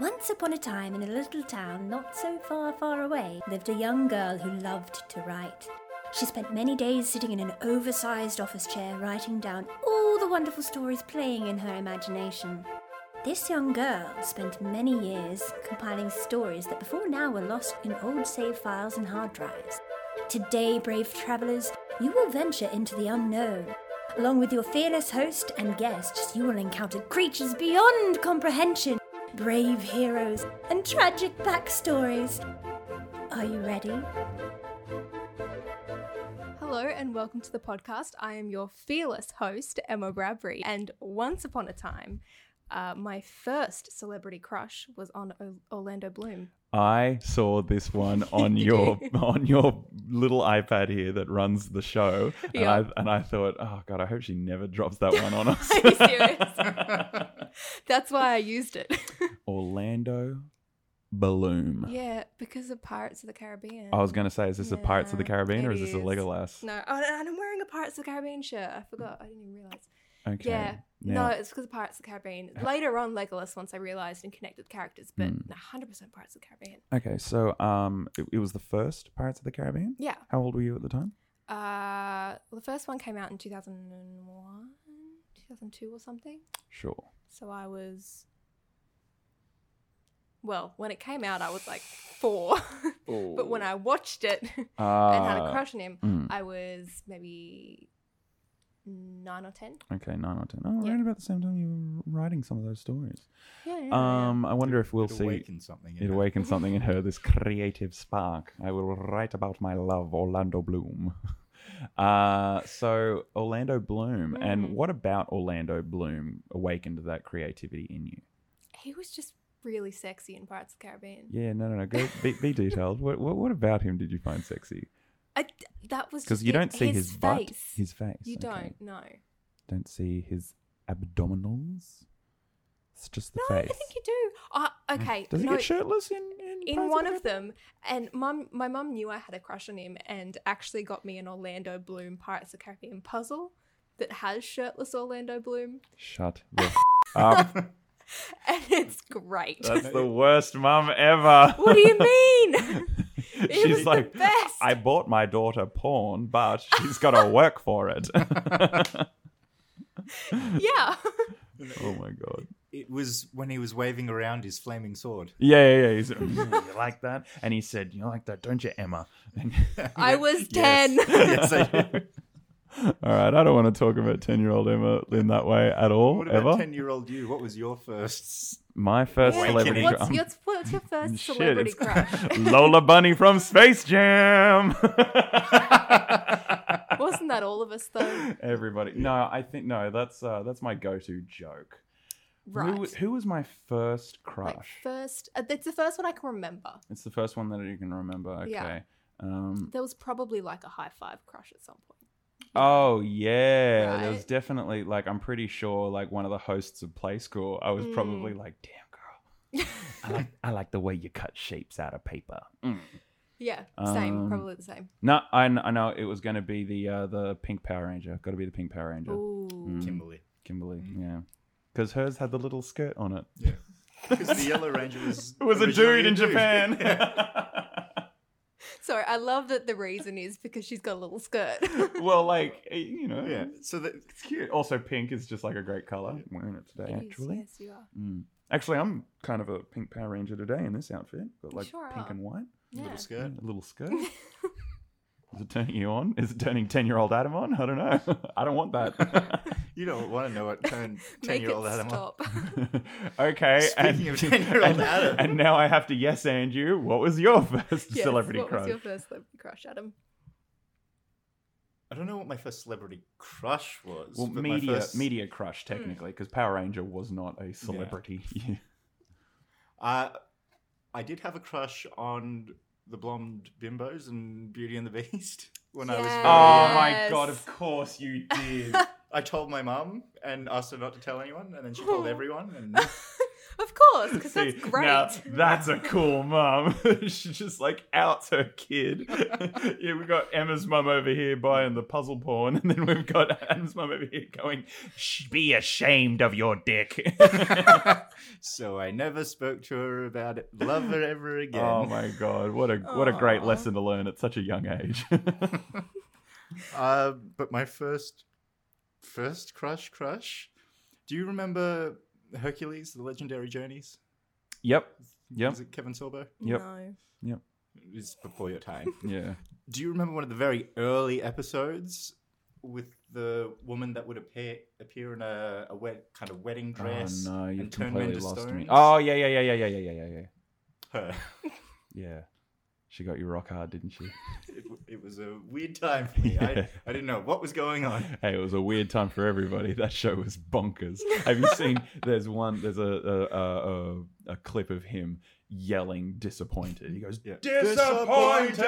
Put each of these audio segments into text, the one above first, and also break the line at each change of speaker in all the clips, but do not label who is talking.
Once upon a time, in a little town not so far, far away, lived a young girl who loved to write. She spent many days sitting in an oversized office chair, writing down all the wonderful stories playing in her imagination. This young girl spent many years compiling stories that before now were lost in old save files and hard drives. Today, brave travelers, you will venture into the unknown. Along with your fearless host and guests, you will encounter creatures beyond comprehension, brave heroes, and tragic backstories. Are you ready?
Hello and welcome to the podcast. I am your fearless host, Emma Bradbury. And once upon a time, uh, my first celebrity crush was on o- Orlando Bloom.
I saw this one on
Did
your
you?
on your little iPad here that runs the show, and
Yeah.
I and I thought, oh god, I hope she never drops that one on us.
Are you serious? That's why I used it.
Orlando Bloom.
yeah, because of Pirates of the Caribbean.
I was gonna say, is this a Pirates of the
Yeah,
Caribbean or
it
is this a
is.
Legolas?
No, oh, and I'm wearing a Pirates of the Caribbean shirt. I forgot. I didn't even realize.
Okay.
Yeah.
Now,
No, it's because of Pirates of the Caribbean. Later on, Legolas, once I realized and connected characters, but
Hmm.
100% Pirates of the Caribbean.
Okay, so um, it, it was the first Pirates of the Caribbean.
Yeah.
How old were you at the time?
Uh, the first one came out in 2001, 2002 or something.
Sure.
So I was. Well, when it came out, I was like four. but when I watched it and had a
Ah,
crush on him,
mm.
I was maybe nine or ten.
Okay, nine or ten. Oh,
Yeah.
right about the same time you were writing some of those stories.
Yeah. yeah, yeah.
Um, I wonder if we'll
it
see.
awakened something. in
It
her.
awakens something in her, this creative spark. I will write about my love, Orlando Bloom. Uh, so, Orlando Bloom,
Mm.
and what about Orlando Bloom awakened that creativity in you?
he was just really sexy in Pirates of the Caribbean.
Yeah, no, no, no. Go be, be detailed. What, what, what about him did you find sexy?
I, that was
Because
just
you
it.
don't see his,
face.
butt, his face.
you
okay.
don't. No.
Don't see his abdominals. It's just the
No, I
face.
think you do. Uh, okay.
Does he
no,
get shirtless in in,
in
Pirates
one
the
of them and mum my mum knew i had a crush on him and actually got me an orlando bloom pirates of the caribbean puzzle that has shirtless orlando bloom
Caribbean? Shut the f- up.
and it's great
That's the worst mum ever.
what do you mean It was
she's
the
like,
best.
I bought my daughter porn, but she's got to work for it.
yeah
oh my god.
It was when he was waving around his flaming sword.
Yeah, yeah, yeah. He's, "Mm, you like that? And he said, you like that, don't you, Emma? And-
i was
Yes.
10
Yes, I did.
all right, I don't want to talk about ten-year-old Emma in that way at all,
What
ever.
about ten-year-old you? What was your first?
my first
Wait,
celebrity.
Awakening.
what's,
um,
your, what's your first
shit,
celebrity
it's-
crush
Lola Bunny from Space Jam.
wasn't that all of us though
Everybody. No, I think no. That's uh, that's my go-to joke.
right
Who, who was my first crush?
like first uh, that's the first one i can remember
It's the first one that you can remember. Okay.
Yeah.
Um,
there was probably like a high five crush at some point
oh yeah, there was
Right.
definitely like I'm pretty sure like one of the hosts of Play School. I was probably like, "Damn girl, I like I like the way you cut shapes out of paper." Mm.
yeah same
Um,
probably the same
No, I, kn- I know it was going to be the uh, the Pink Power Ranger. Got to be the Pink Power Ranger,
Ooh.
Mm.
Kimberly.
Kimberly. Yeah, because hers had the little skirt on it.
Yeah. Because the Yellow Ranger was
It was a
originally
dude in Japan.
Sorry, I love that the reason is because she's got a little skirt.
well, like eh, you know,
yeah. So that
it's cute. Also, pink is just like a great color. I'm wearing it today, actually.
Yes, you are.
Mm. Actually, I'm kind of a pink Power Ranger today in this outfit. Got like
sure
pink
are.
and white,
Yeah.
little skirt.
a little skirt. is it turning you on? Is it turning ten-year-old Adam on? I don't know. I don't want that.
You don't want to know what turned
Make it
ten-year-old Adam. on.
stop.
okay.
Speaking
and,
of 10-year-old
and-
Adam.
and now I have to yes and you. What was your first
Yes,
celebrity
what
crush?
was your first celebrity crush, Adam?
I don't know what my first celebrity crush was.
well,
but my
media
first-
media
Mm.
crush technically, because Power Ranger was not a celebrity. Yeah.
Uh, I did have a crush on the blonde bimbos and Beauty and the Beast when I was.
Yeah.
very
Oh
young.
my god!
Yes.
Of course you did.
I told my mum and asked her not to tell anyone, and then she told everyone. And
Of course, because
See,
that's great.
Now, that's a cool mum. she just like outs her kid. yeah, we've got Emma's mum over here buying the puzzle porn, and then we've got Adam's mum over here going, "Sh- be ashamed of your dick.
So I never spoke to her about it, love her ever again.
oh my god, what a what a great
Aw.
lesson to learn at such a young age.
Uh, but my first, first crush, crush. Do you remember Hercules: The Legendary Journeys?
yep. Yep.
Was it Kevin Sorbo?
Yep.
No.
It was before your time.
Yeah.
Do you remember one of the very early episodes with the woman that would appear appear in a, a wet kind of wedding dress?
oh no, you've
and turn men
completely
to
lost me.
stones?
Oh yeah, yeah, yeah, yeah, yeah, yeah, yeah, yeah, yeah.
Her.
Yeah. She got you rock hard, didn't she?
It, w- it was a weird time for me.
Yeah.
I, I didn't know what was going on.
Hey, it was a weird time for everybody. That show was bonkers. Have you seen? There's one. There's a a, a, a, a clip of him yelling disappointed. He goes
Yeah.
disappointed.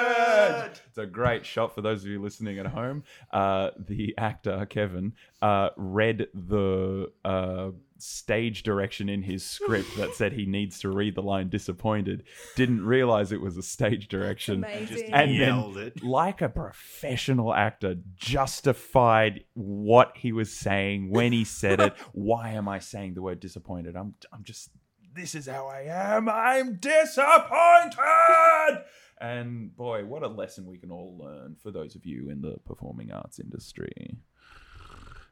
It's a great shot for those of you listening at home. Uh, the actor Kevin uh, read the uh, stage direction in his script that said he needs to read the line disappointed. Didn't realize it was a stage direction
Just
Amazing.
And then-
yelled it.
like a professional actor, justified what he was saying when he said it. Why am I saying the word disappointed? I'm I'm just this is how I am. I'm disappointed. And boy, what a lesson we can all learn for those of you in the performing orts industry.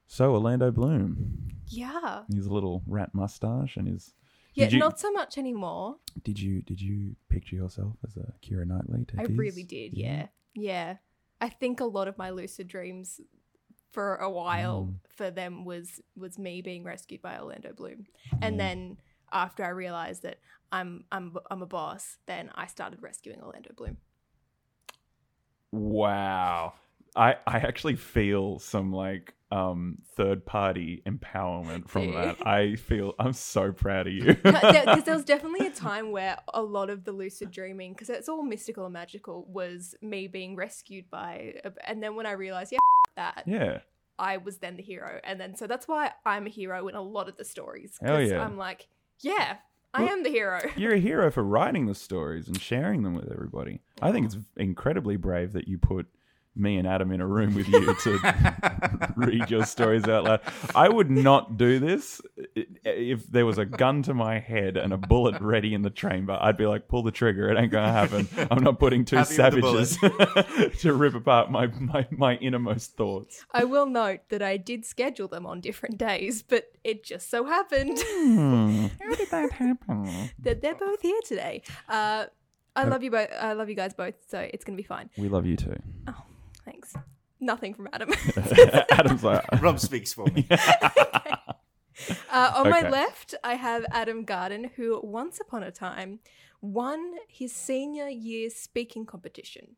So Orlando Bloom,
yeah.
his little rat mustache and his.
Yeah,
Did you,
not so much anymore.
did you did you picture yourself as a Kira Knightley? to
I
these?
really did. Yeah. Yeah. I think a lot of my lucid dreams for a while for them was was me being rescued by Orlando Bloom. And
Mm.
then after I realized that I'm I'm I'm a boss, then I started rescuing Orlando Bloom.
Wow. I, I actually feel some like um third party empowerment from
Do you?
that. I feel I'm so proud of you.
Because there, 'cause there was definitely a time where a lot of the lucid dreaming, because it's all mystical and magical, was me being rescued by. a- And then when I realized, yeah, f- that
yeah.
I was then the hero, and then so that's why I'm a hero in a lot of the stories.
Hell
'cause
yeah.
I'm like, yeah, I
Well-
am the hero.
You're a hero for writing the stories and sharing them with everybody. I think it's incredibly brave that you put me and Adam in a room with you to read your stories out loud. I would not do this I- if there was a gun to my head and a bullet ready in the chamber. I'd be like, pull the trigger. It ain't going to happen. I'm not putting two
Happy with
savages to rip apart my, my, my innermost thoughts.
I will note that I did schedule them on different days, but it just so happened
Hmm. How did that happen?
that they're both here today. Uh, I love you both. I love you guys both. So it's gonna be fine.
We love you too.
Thanks. Nothing from Adam.
Adam's like,
Rob speaks for me.
Uh, on my
Okay.
left, I have Adam Garden, who once upon a time won his senior year speaking competition,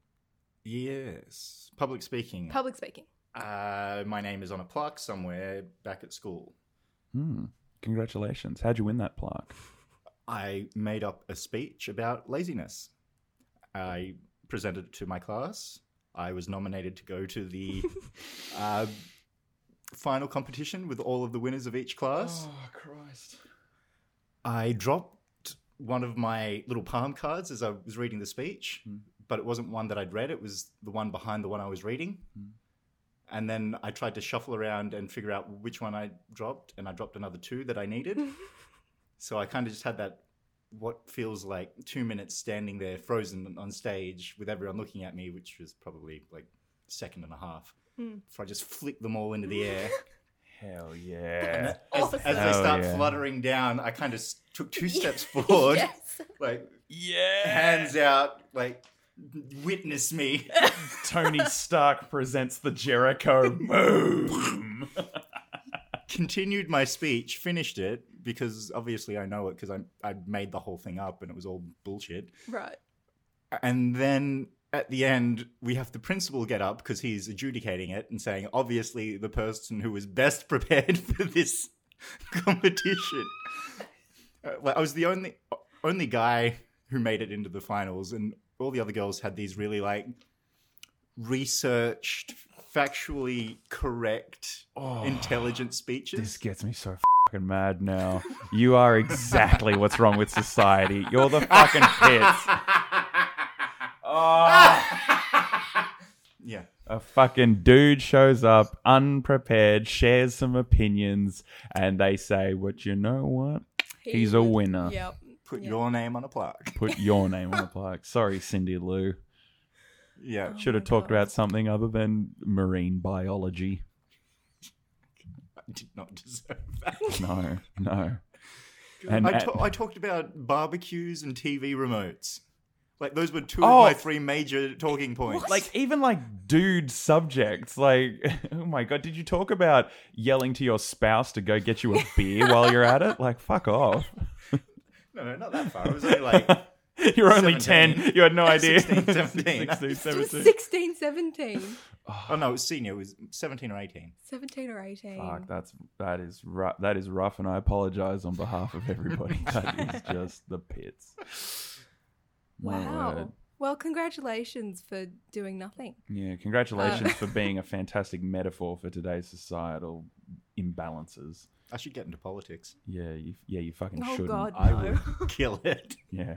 yes. Public speaking.
public speaking.
uh, my name is on a plaque somewhere back at school.
hmm. Congratulations. How'd you win that plaque?
I made up a speech about laziness. I presented it to my class. I was nominated to go to the uh, final competition with all of the winners of each class.
Oh, Christ.
I dropped one of my little palm cards as I was reading the speech, but it wasn't one that I'd read. It was the one behind the one I was reading. And then I tried to shuffle around and figure out which one I dropped, and I dropped another two that I needed. so I kind of just had that what feels like two minutes standing there frozen on stage with everyone looking at me, which was probably like a second and a half.
Mm.
Before I just flicked them all into the air.
Hell yeah.
As, as
Awesome.
they
Oh,
start
yeah.
fluttering down, I kind of s- took two steps forward,
Yes.
like
yeah.
hands out, like witness me.
Tony Stark presents the Jericho boom.
Continued my speech, finished it because obviously I know it because I I made the whole thing up and it was all bullshit.
Right.
And then at the end, we have the principal get up because he's adjudicating it and saying, obviously the person who was best prepared for this competition. Uh, like, I was the only only guy who made it into the finals, and all the other girls had these really like researched, factually correct,
Oh,
intelligent speeches.
This gets me so fucking mad now. You are exactly what's wrong with society. You're the fucking pits. Oh.
yeah.
A fucking dude shows up unprepared, shares some opinions, and they say, What you know what? He's a winner.
Yep.
Put
Yeah.
your name on a plaque.
Put your name on the plaque. Sorry, Cindy Lou.
Yeah.
Should have talked about something other than marine biology.
I did not deserve that.
No, no. And, uh,
I,
and-
ta- I talked about barbecues and TV remotes. Like those were two
Oh.
of my three major talking points.
like even like dude subjects like oh my god did you talk about yelling to your spouse to go get you a beer while you're at it like fuck off
no, no, not that far. It was only like oh,
you're only 10
17.
you had no idea
16, 17.
16, 17.
16, 17.
oh no, it was senior. It was seventeen or eighteen.
17 or 18.
Fuck, that's that is rough. That is rough, and I apologize on behalf of everybody. that is just the pits. My
wow.
word.
Well, congratulations for doing nothing.
Yeah, congratulations for being a fantastic metaphor for today's societal imbalances.
I should get into politics.
Yeah, you, yeah, you fucking
Oh,
shouldn't.
God,
I
no.
would.
Kill it.
Yeah.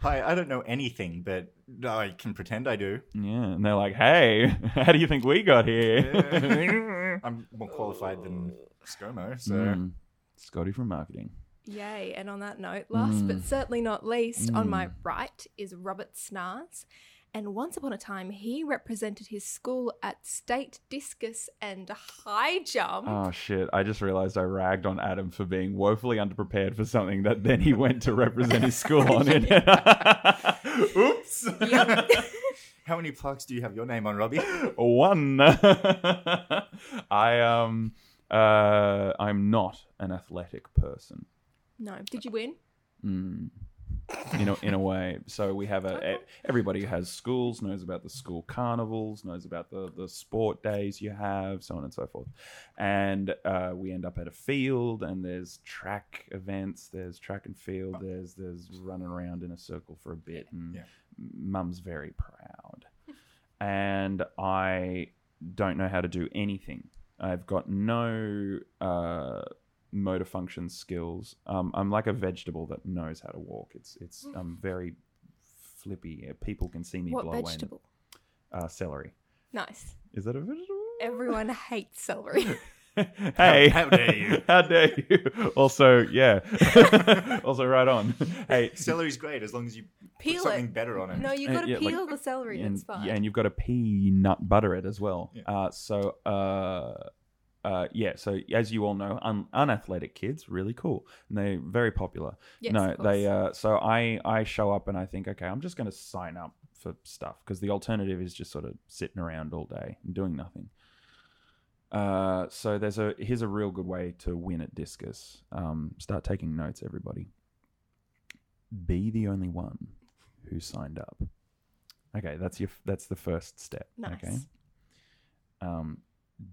Hi, I don't know anything, but I can pretend I do.
Yeah, and they're like, "Hey, how do you think we got here?"
I'm more qualified than ScoMo, so
Mm. Scotty from marketing.
Yay. And on that note, last
Mm.
but certainly not least, on my right is Robert Snars. And once upon a time, he represented his school at state discus and high jump.
Oh shit! I just realized I ragged on Adam for being woefully underprepared for something that then he went to represent his school on it.
oops.
Yep.
How many plaques do you have your name on, Robbie?
One. I um uh I'm not an athletic person.
no. Did you win?
you know, in a way. So we have a, e, everybody who has schools knows about the school carnivals, knows about the the sport days you have, so on and so forth. And uh, we end up at a field, and there's track events, there's track and field, there's there's running around in a circle for a bit, and
Yeah.
mum's very proud. And I don't know how to do anything. I've got no uh, motor function skills. Um, I'm like a vegetable that knows how to walk. It's it's I'm very flippy. Uh, People can see me
Mm. what
blow
vegetable?
away. Uh, celery.
Nice.
Is that a vegetable?
Everyone hates celery.
hey,
how dare you.
how dare you? Also, yeah. also, right on. Hey,
Celery's great as long as you
Peel
put something
it.
better on it.
No, you
Uh,
got to
yeah, like-
peel the celery.
and,
that's fine.
yeah, and you've got to peanut butter it as well.
Yeah.
Uh, so, uh, uh, yeah. So, as you all know, un- unathletic kids really cool, and they're very popular.
Yes,
no,
of course.
they. Uh, so I I show up and I think, okay, I'm just going to sign up for stuff because the alternative is just sort of sitting around all day and doing nothing. Uh, so there's a here's a real good way to win at discus. Um, start taking notes, everybody. Be the only one who signed up. Okay, that's your that's the first step.
Nice.
Okay. Um,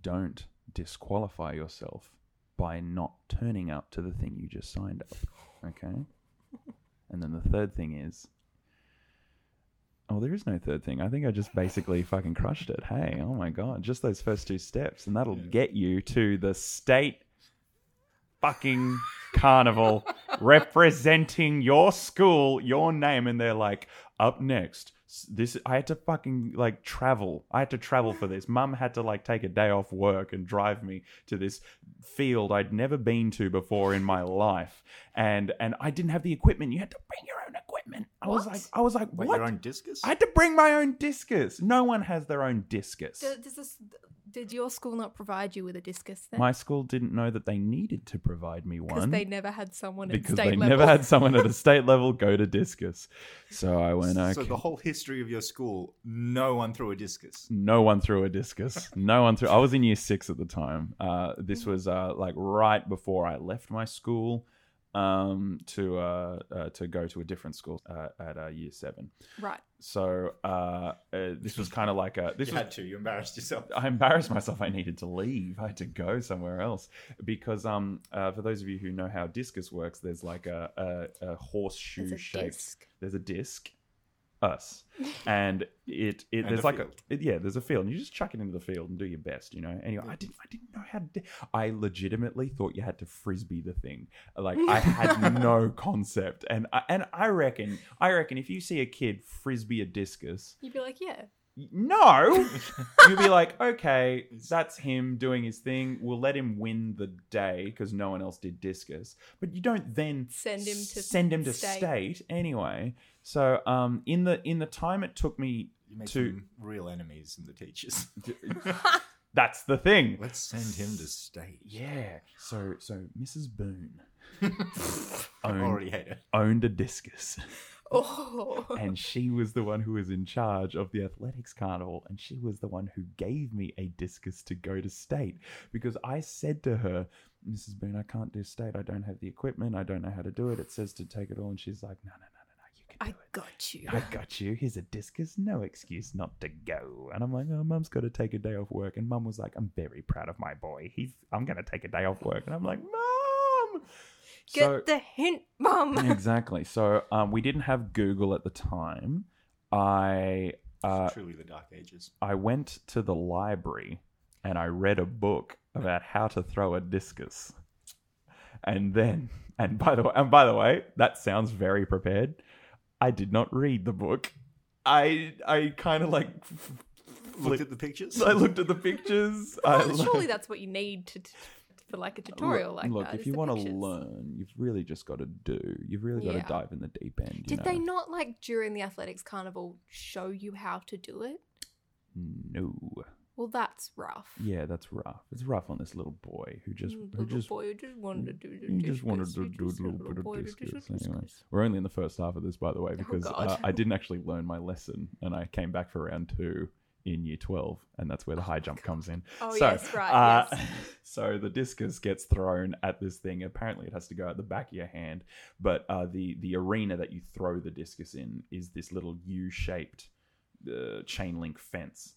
don't disqualify yourself by not turning up to the thing you just signed up. Okay. And then the third thing is. Oh, there is no third thing. I think I just basically fucking crushed it. Hey, oh my god, just those first two steps, and that'll get you to the state fucking carnival representing your school, your name, and they're like, up next. S- This I had to fucking like travel. I had to travel for this. Mum had to like take a day off work and drive me to this field I'd never been to before in my life, and and I didn't have the equipment. You had to bring your own equipment. I was
What?
like, I was like,
Wait,
what?
your own discus?
I had to bring my own discus. No one has their own discus.
Do- does this, did your school not provide you with a discus then?
My school didn't know that they needed to provide me
Because
one.
they never had someone at
because
state
they
level.
never had someone at a state level go to discus. So I went, okay.
So the whole history of your school, no one threw a discus.
no one threw a discus. No one threw. I was in year six at the time. Uh, this
Mm.
was uh, like right before I left my school um, to uh, uh, to go to a different school uh, at uh, year seven.
right.
So uh, uh, this was kind of like a this
You
was
had to. You embarrassed yourself.
I embarrassed myself. I needed to leave. I had to go somewhere else because, um, uh, for those of you who know how discus works, there's like a, a, a horseshoe
It's a
shaped.
disc.
There's a disc, us. And it, it
And
there's
a
like
field.
a it- yeah, there's a field, and you just chuck it into the field and do your best, you know. Anyway, I didn't I didn't know how to. Do, I legitimately thought you had to frisbee the thing. Like I had no concept, and I, and I reckon I reckon if you see a kid frisbee a discus,
You'd be like, yeah.
no. You'd be like, okay, that's him doing his thing. We'll let him win the day because no one else did discus. But you don't then
Send him to
send him to
state.
state anyway. So um, in the in the time it took me,
You make
To-
some real enemies in the teachers.
that's the thing.
Let's send him to state.
Yeah. So so Mrs. Boone
I
owned,
already hate it.
owned a discus.
Oh.
and she was the one who was in charge of the athletics carnival and she was the one who gave me a discus to go to state because i said to her mrs boone i can't do state i don't have the equipment i don't know how to do it it says to take it all and she's like no no no
I
no no you can do it
got you.
I got you. Here's a discus. No excuse not to go. And I'm like, oh, mum's got to take a day off work. And mum was like, I'm very proud of my boy. He's. I'm gonna take a day off work. And I'm like, mum.
Get
So-
the hint, mum.
exactly. So um, we didn't have Google at the time. I uh,
It's truly the Dark Ages.
I went to the library and I read a book about how to throw a discus. And then, and by the way, and by the way, that sounds very prepared. I did not read the book. I I kind of like f-
Looked
flipped-
at the pictures.
I looked at the pictures. I
Well,
lo-
surely that's what you need to, t- for like a tutorial
look,
like
look,
that.
if
is
you
the
want to
pictures.
learn, you've really just got to do. You've really got to
Yeah.
dive in the deep end. you
Did they
know?
not like during the athletics carnival show you how to do it?
No.
Well, that's rough.
Yeah, that's rough. It's rough on this little boy who just
Mm,
who
little
just
boy who just wanted to do the
he just wanted
discus,
to
he
do a
just
little bit
boy who
of
just did
discus. Anyway,
discus.
we're only in the first half of this, by the way, because uh,
Oh, God.
I didn't actually learn my lesson, and I came back for round two in year twelve, and that's where the high jump comes in.
Oh,
so,
yes, right,
uh, So the discus gets thrown at this thing. Apparently, it has to go out the back of your hand, but uh, the the arena that you throw the discus in is this little U shaped uh, chain link fence,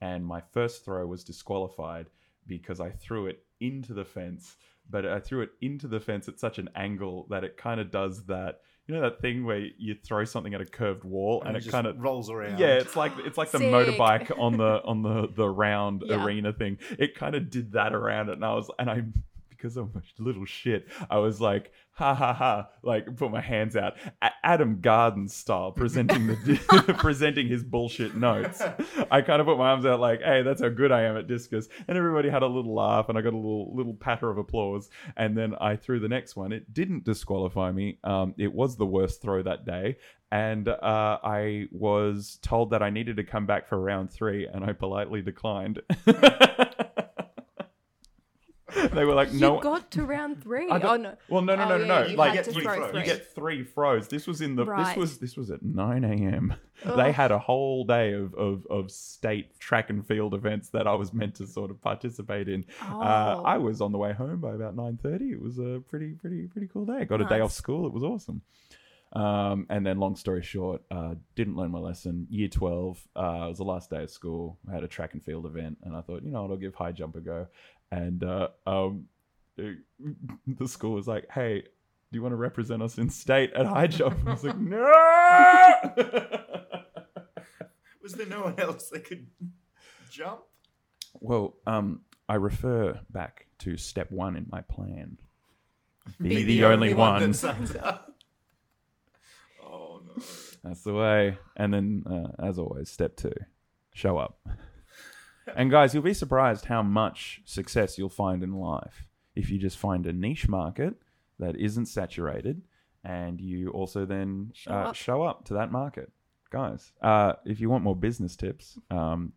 and my first throw was disqualified because I threw it into the fence, but I threw it into the fence at such an angle that it kind of does that. You know that thing where you throw something at a curved wall and, it
just
kind of
rolls around.
yeah, it's like it's like the
Sick.
motorbike on the on the the round
Yeah.
arena thing. It kind of did that around it, and I was and I because I'm a little shit. I was like ha ha ha, like put my hands out, A- Adam Garden style, presenting the presenting his bullshit notes. I kind of put my arms out like, hey, that's how good I am at discus, and everybody had a little laugh, and I got a little little patter of applause, and then I threw the next one. It didn't disqualify me. Um, it was the worst throw that day and uh, I was told that I needed to come back for round three, and I politely declined. they were like,
You
"No,
got to round three.
I got-
oh no.
well, no, no,
Oh,
no, no,
yeah,
no.
you
like,
had
to
you,
throw
you
three.
get three throws. This was in the. This
Right.
was this was at nine a.m. They
Ugh.
had a whole day of, of of state track and field events that I was meant to sort of participate in. Uh,
Oh.
I was on the way home by about nine thirty. It was a pretty pretty pretty cool day. I got a day
Nice.
off school. It was awesome. Um, and then, long story short, uh, didn't learn my lesson. Year twelve, uh, it was the last day of school. I had a track and field event, and I thought, you know, what, I'll give high jump a go. And uh, um, the school was like, "Hey, do you want to represent us in state at high jump?" And I was like, "No."
Was there no one else that could jump?
well, um, I refer back to step one in my plan. Be, the, only, one.
that signs up. oh no.
That's the way. And then, uh, as always, step two show up. and guys, you'll be surprised how much success you'll find in life if you just find a niche market that isn't saturated and you also then
Show
uh,
up.
show up to that market. Guys, uh, if you want more business tips, um,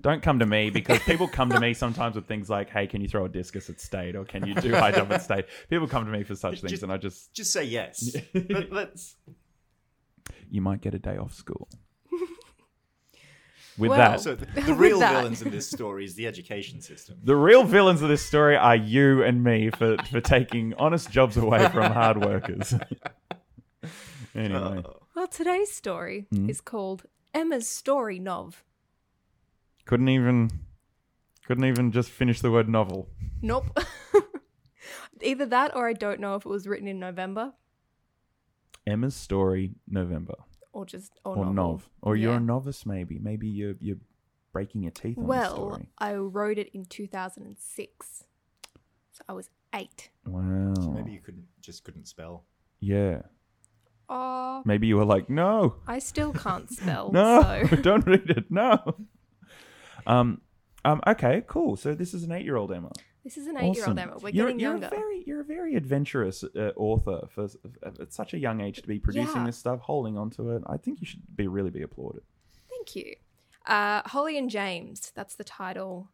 don't come to me because people come to me sometimes with things like, "Hey, can you throw a discus at state?" or "Can you do high jump at state?" People come to me for such things,
Just-
and I just
Just say yes. Let, let's.
you might get a day off school. With
Well-
that,
So the, the real
that.
villains in this story is the education system.
the real villains of this story are you and me for, for taking honest jobs away from hard workers. anyway,
Well, today's story
Hmm?
is called Emma's Story Nov.
couldn't even couldn't even just finish the word novel.
Nope. Either that or I don't know if it was written in November.
Emma's story, November.
or just or,
or
novel.
nov, or you're
Yeah.
a novice maybe. Maybe you're you're breaking your teeth on the
Well,
story.
I wrote it in 2006, so I was eight.
Wow.
Maybe you couldn't just couldn't spell.
Yeah.
Oh,
Maybe you were like, no,
I still can't spell.
no,
so.
don't read it. No. Um. Um. Okay. Cool. So this is an eight-year-old Emma.
This is an eight-year-old
Awesome.
Emma. We're
you're,
getting
you're
younger.
A very, you're a very adventurous uh, author for s- at such a young age to be producing
Yeah.
this stuff, holding on to it. I think you should be really be applauded.
Thank you. Uh, Holly and James. That's the title.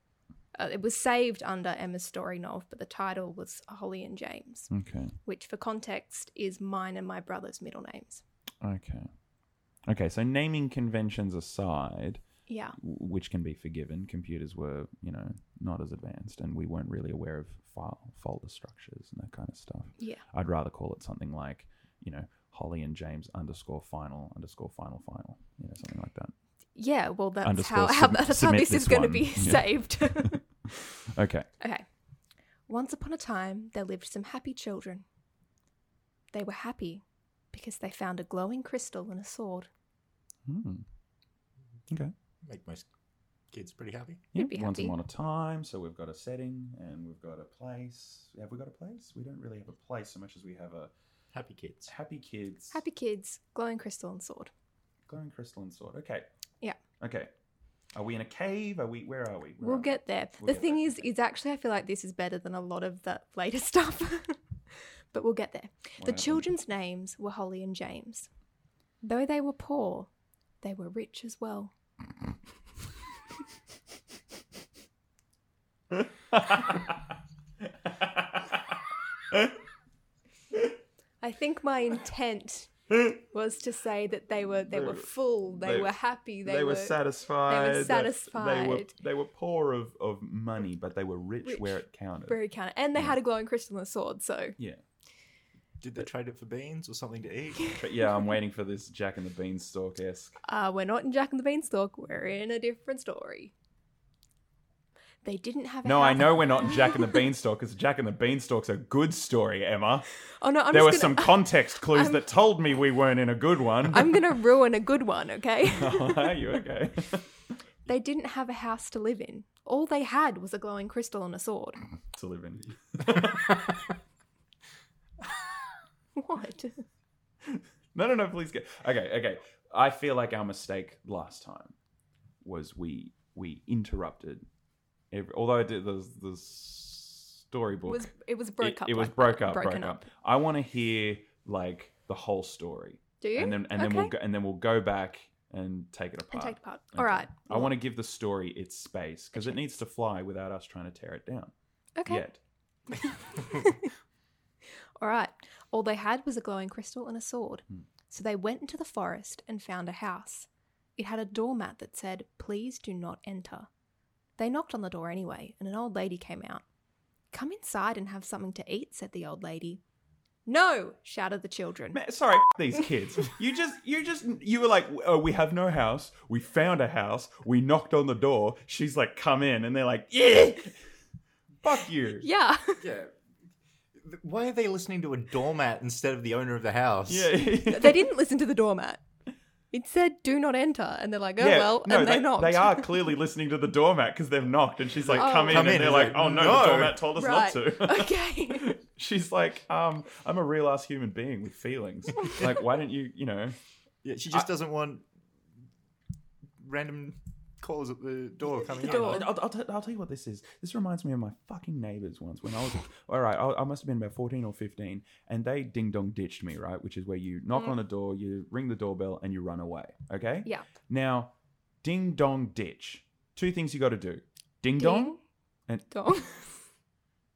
Uh, it was saved under Emma's story novel, but the title was Holly and James,
Okay.
which, for context, is mine and my brother's middle names.
Okay. Okay. So naming conventions aside,
Yeah.
w- which can be forgiven, computers were you know not as advanced, and we weren't really aware of file folder structures and that kind of stuff.
Yeah.
I'd rather call it something like you know Holly and James underscore final underscore final final, you know something like that.
Yeah. Well, that's
Underscore
how, how
submit-
that's how
submit
this, is
this
going to
one.
be
Yeah.
saved.
Okay.
Okay. Once upon a time, there lived some happy children. They were happy because they found a glowing crystal and a sword.
Hmm. Okay.
Make most kids pretty happy.
You'd
Yeah,
be
once
happy.
upon a time. So we've got a setting and we've got a place. Have we got a place? We don't really have a place so much as we have a
Happy kids.
happy kids,
Happy kids, glowing crystal and sword.
glowing crystal and sword. Okay.
Yeah.
Okay. Are we in a cave? Are we? Where are we? Where
We'll
are we?
get there.
We'll
the
get
thing
there.
is, is actually, I feel like this is better than a lot of the later stuff, but we'll get there.
What
The
happened?
children's names were Holly and James. Though they were poor, they were rich as well. I think my intent was to say that they were they,
They
were
were-
full, they,
they-
were happy,
They, were satisfied.
they were
that- They were,
satisfied.
they were poor of, of money, but they were rich,
Rich.
where it counted.
very counter, and they had a glowing crystal and a sword. So
yeah.
Did they trade it for beans or something to eat?
But yeah, I'm waiting for this Jack and the Beanstalk esque.
Uh, we're not in Jack and the Beanstalk. We're in a different story. They didn't have. A
No, I
house-
know we're not in Jack and the Beanstalk because Jack and the Beanstalk's a good story, Emma.
Oh no, I'm
there were
just
some
gonna,
context clues that told me we weren't in a good one. Oh,
I'm gonna ruin a good one, okay?
Are you okay?
they didn't have a house to live in. All they had was a glowing crystal and a sword.
to live in.
What?
No, no, no, please get. Okay, okay. I feel like our mistake last time was we we interrupted. Every, although I did the the
It
storybook
was it was
it,
broke up?
it
like
was
that,
broke up,
broken
broke up. I want to hear like the whole story,
Do you?
and then and then
okay.
we'll go, and then we'll go back and take it apart.
and take apart.
Okay.
All right.
I want to give the story its space because it needs to fly without us trying to tear it down.
Okay.
Yet.
All right. All they had was a glowing crystal and a sword.
Hmm.
So they went into the forest and found a house. It had a doormat that said, Please do not enter. They knocked on the door anyway, and an old lady came out. Come inside and have something to eat, said the old lady. No, shouted the children.
Ma- sorry, these kids. You just, you just, you were like, oh, we have no house. We found a house. We knocked on the door. She's like, come in, and they're like, yeah, fuck you.
Yeah.
yeah. Why are they listening to a doormat instead of the owner of the house?
Yeah.
they didn't listen to the doormat. It said, Do not enter. And they're like, Oh,
Yeah,
well.
no,
and they,
they,
knocked.
they are clearly listening to the doormat because they've knocked, and she's like,
Oh.
"Come in,",
Come in,
and they're like,
it's like,
"Oh no,
no."
the doormat told us
Right.
not to."
okay.
she's like, "Um, I'm a real ass human being with feelings. like, why don't you, you know?"
Yeah, she just doesn't want random calls at the door coming
door.
in.
I'll, I'll, t- I'll tell you what this is. This reminds me of my fucking neighbors once when I was, all right, I, I must have been about 14 or 15, and they ding dong ditched me, right? Which is where you knock on a door, you ring the doorbell, and you run away, okay?
Yeah.
Now, ding dong ditch. Two things you got to do ding dong. And-
dong.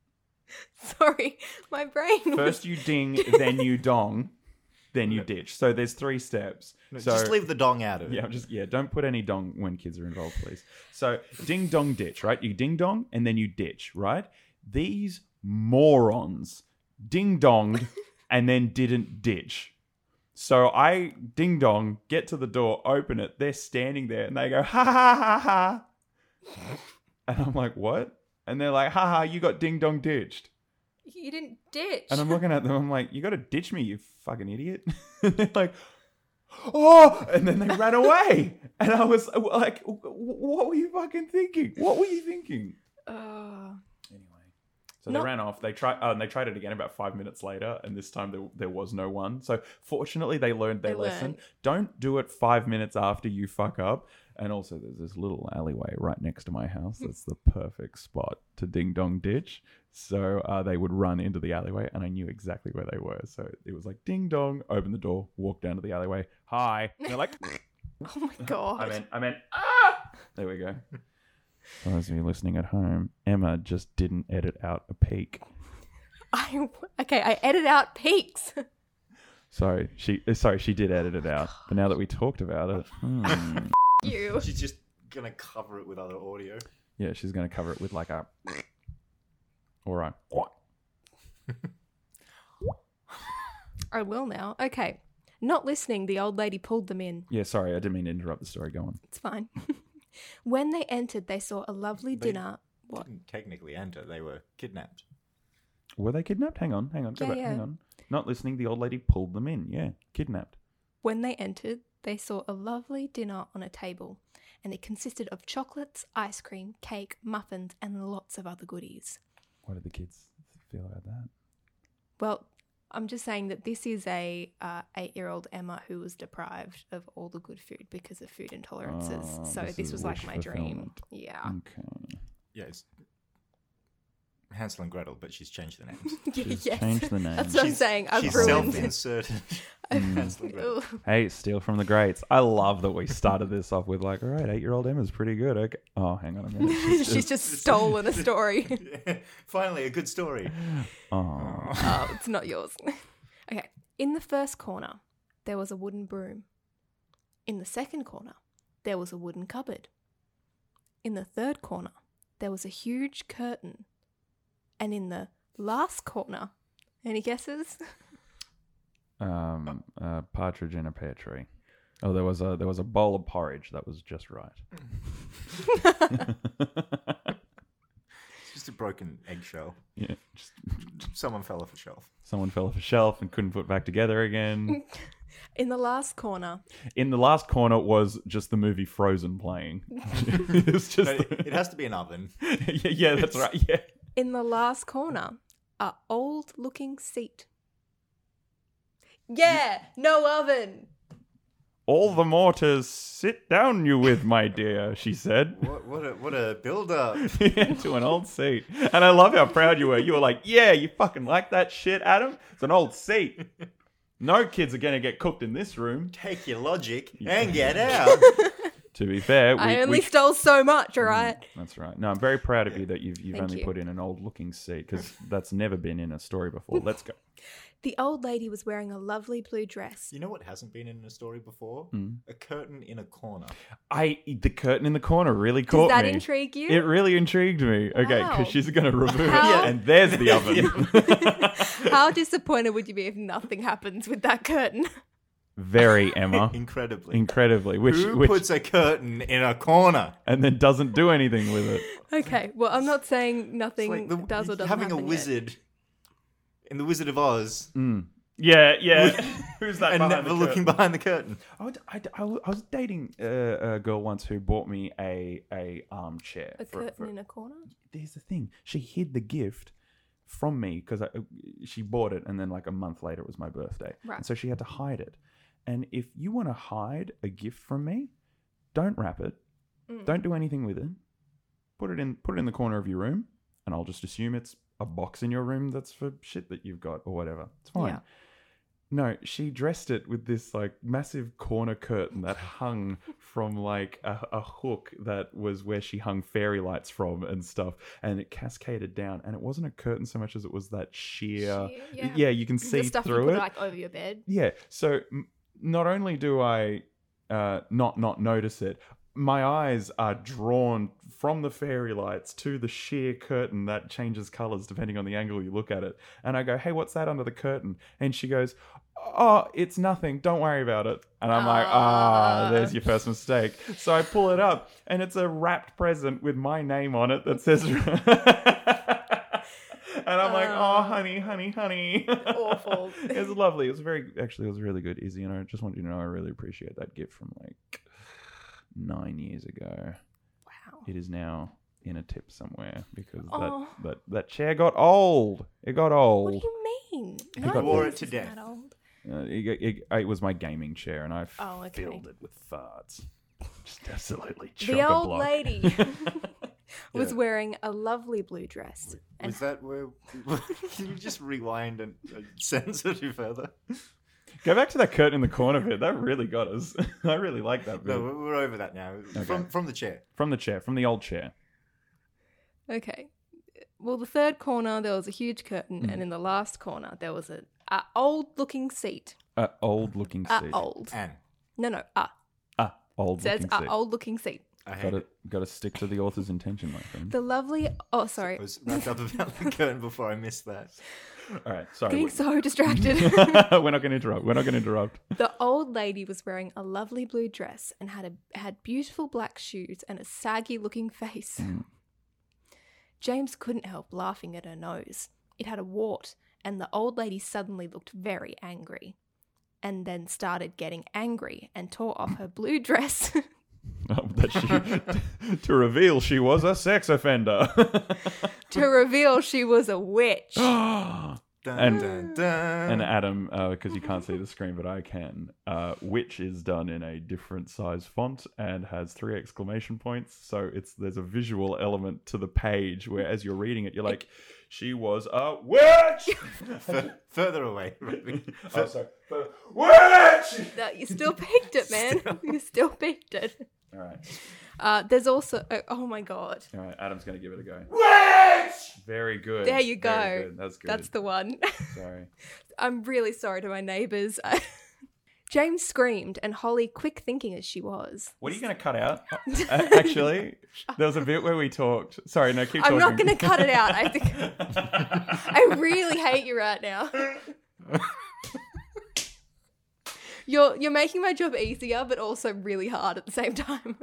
Sorry, my brain. was-
First you ding, then you dong, then you ditch. So there's three steps.
No,
so,
just leave the dong out of it.
Yeah, I'm just yeah. Don't put any dong when kids are involved, please. So ding dong ditch, right? You ding dong and then you ditch, right? These morons ding donged and then didn't ditch. So I ding dong, get to the door, open it. They're standing there and they go ha ha ha ha, and I'm like what? And they're like ha ha, you got ding dong ditched.
you didn't ditch.
And I'm looking at them, I'm like, you got to ditch me, you fucking idiot. and they're like, oh, and then they ran away. And I was like, "Wh- what were you fucking thinking? What were you thinking?
Oh.
Anyway, so
Not-
they ran off. They tried, uh, and they tried it again about five minutes later, and this time there, there was no one. So fortunately, they learned their
They
lesson.
learned.
Don't do it five minutes after you fuck up. And also, there's this little alleyway right next to my house. That's the perfect spot to ding dong ditch. So uh, they would run into the alleyway, and I knew exactly where they were. So it was like ding dong, open the door, walk down to the alleyway. Hi. And they're like,
oh my god.
I meant, I meant, ah! There we go. For those of you listening at home, Emma just didn't edit out a peak.
I okay, I edit out peaks.
Sorry, she uh, sorry she did edit it out. But now that we talked about it, hmm.
you.
She's just gonna cover it with other audio.
yeah, she's gonna cover it with like a or a
I will now. Okay. Not listening, the old lady pulled them in.
yeah. Sorry, I didn't mean to interrupt the story. Go on.
It's fine. when they entered, they saw a lovely
They-
dinner. What?
Didn't technically enter; they were kidnapped.
Were they kidnapped? Hang on, hang on, go
Yeah,
back,
yeah.
hang on. Not listening. The old lady pulled them in. Yeah, kidnapped.
When they entered, they saw a lovely dinner on a table, and it consisted of chocolates, ice cream, cake, muffins, and lots of other goodies.
What did the kids feel about that?
Well, I'm just saying that this is a uh, eight-year-old Emma who was deprived of all the good food because of food intolerances.
Ah,
so
this
this,
is
was like
wish
my dream.
fulfillment.
Yeah.
Okay.
Yeah, it's Hansel and Gretel, but she's changed the name.
She's
yes.
changed the name.
That's what I'm
She's-
saying. I've
she's
ruined it.
self-inserted.
Mm.
Mm. Hansel and Gretel.
Ugh.
Hey, steal from the greats. I love that we started this off with like, all right, eight-year-old Emma's pretty good. Okay. Oh, hang on a minute. She's
She's
just-
just stolen a story.
Finally, a good story.
Aw.
oh, it's not yours. okay. In the first corner, there was a wooden broom. In the second corner, there was a wooden cupboard. In the third corner, there was a huge curtain. And in the last corner, any guesses?
Um, uh, partridge in a pear tree. Oh, there was a there was a bowl of porridge that was just right.
It's just a broken eggshell.
Yeah, just
Someone fell off a shelf.
someone fell off a shelf and couldn't put it back together again.
In the last corner,
In the last corner was just the movie Frozen playing. it's just
No, it it has to be an oven.
yeah, yeah, that's right. Yeah.
in the last corner, a old looking seat. Yeah, no oven.
All the more to sit down you with, my dear, she said.
What, what a what a build-up.
to an old seat. And I love how proud you were. You were like, yeah, you fucking like that shit, Adam? It's an old seat. No kids are going to get cooked in this room.
Take your logic and get out.
To be fair, we, Mm.
I only
we-
stole so much, all right?
That's right. No, I'm very proud of you that you've, you've
Thank
only
you.
put in an old looking seat because that's never been in a story before. Let's go.
The old lady was wearing a lovely blue dress.
You know what hasn't been in a story before?
Hmm.
A curtain in a corner.
I the curtain in the corner really
Does
caught
that
me.
intrigue you?
it really intrigued me. Okay,
Wow.
because she's gonna review it,
How-
and there's the oven.
How disappointed would you be if nothing happens with that curtain?
Very Emma,
Incredibly.
incredibly. Which,
Who
which
puts a curtain in a corner?
and then doesn't do anything with it.
Okay, well, I'm not saying
It's
nothing
like the-
does or doesn't
having
happen
a
yet.
wizard in the Wizard of Oz
Mm. Yeah, yeah. Who's that?
and
behind
never
the curtain?
looking behind the curtain.
I, would- I, I w- I was dating a, a girl once who bought me a a armchair.
A
for-
curtain
for-
in a corner?
Here's the thing: she hid the gift from me because she bought it, and then like a month later, it was my birthday,
Right.
and so she had to hide it. And if you want to hide a gift from me, don't wrap it,
Mm.
don't do anything with it. Put it in put it in the corner of your room, and I'll just assume it's a box in your room that's for shit that you've got or whatever. It's fine.
Yeah.
No, she dressed it with this like massive corner curtain that hung from like a, a hook that was where she hung fairy lights from and stuff, and it cascaded down. And it wasn't a curtain so much as it was that sheer.
Sheer,
uh, yeah.
yeah.
you can see
the stuff you
through
put,
it.
like, over your bed.
Yeah. So m- not only do I uh, not not notice it, my eyes are drawn from the fairy lights to the sheer curtain that changes colors depending on the angle you look at it. And I go, "Hey, what's that under the curtain?" And she goes, "Oh, it's nothing. Don't worry about it." And I'm like, "Ah,
Ah.
there's your first mistake." So I pull it up, and it's a wrapped present with my name on it that says. and And I'm like, oh, honey, honey, honey.
Awful.
it was lovely. It was very, actually, it was really good, Izzy. And I just wanted you to know I really appreciate that gift from like nine years ago.
Wow.
It is now in a tip somewhere because
Oh.
that, that, that chair got old. It got
What do
old.
you mean?
He got
wore
this
it to
is
death.
that old.
Uh, it, it- it was my gaming chair and I
Oh, okay.
filled it with farts. Just absolutely
The old
chock-a-block.
lady was wearing a lovely blue dress. And
Was that where? Can you just rewind and uh, sentence a few further?
Go back to that curtain in the corner bit. That really got us. I really like that bit.
No, we're, we're over that now. From from the chair.
From the chair, from the old chair.
Okay. Well, the third corner there was a huge curtain,
Mm-hmm.
and in the last corner there was a, a old looking seat.
A old looking
A
seat.
old.
Anne,
No, no. A
Ah, old
says uh,
looking
a
seat.
old looking seat.
I hate
Got to
it.
got to stick to the author's intention, my friend.
The lovely. Oh, sorry.
I was wrapped up about the curtain before I missed that.
All right, Oh, sorry.
Getting so distracted.
We're not going to interrupt. We're not going to interrupt.
the old lady was wearing a lovely blue dress and had a had beautiful black shoes and a saggy looking face. James couldn't help laughing at her nose. It had a wart, and the old lady suddenly looked very angry. And then started getting angry and tore off her blue dress.
Oh, that she, to reveal she was a sex offender.
to reveal she was a witch.
Dun,
And-
dun, dun.
and Adam, because you can't see the screen, but I can, uh, which is done in a different size font and has three exclamation points. So it's there's a visual element to the page where, as you're reading it, you're like, "She was a witch."
Fur- further away. really.
oh, sorry, witch.
That- you still picked it, man. You still picked it.
All right,
Uh, there's also, oh, oh my god.
all right. Adam's gonna give it a go.
Witch!
Very good.
There you
Very
go.
good. That's good.
That's the one.
sorry.
I'm really sorry to my neighbours. James screamed, and Holly, quick thinking as she was,
What are you going to cut out? Uh, Actually, there was a bit where we talked. Sorry, no, keep
I'm
talking.
not going to cut it out. I think I really hate you right now. You're you're making my job easier, but also really hard at the same time.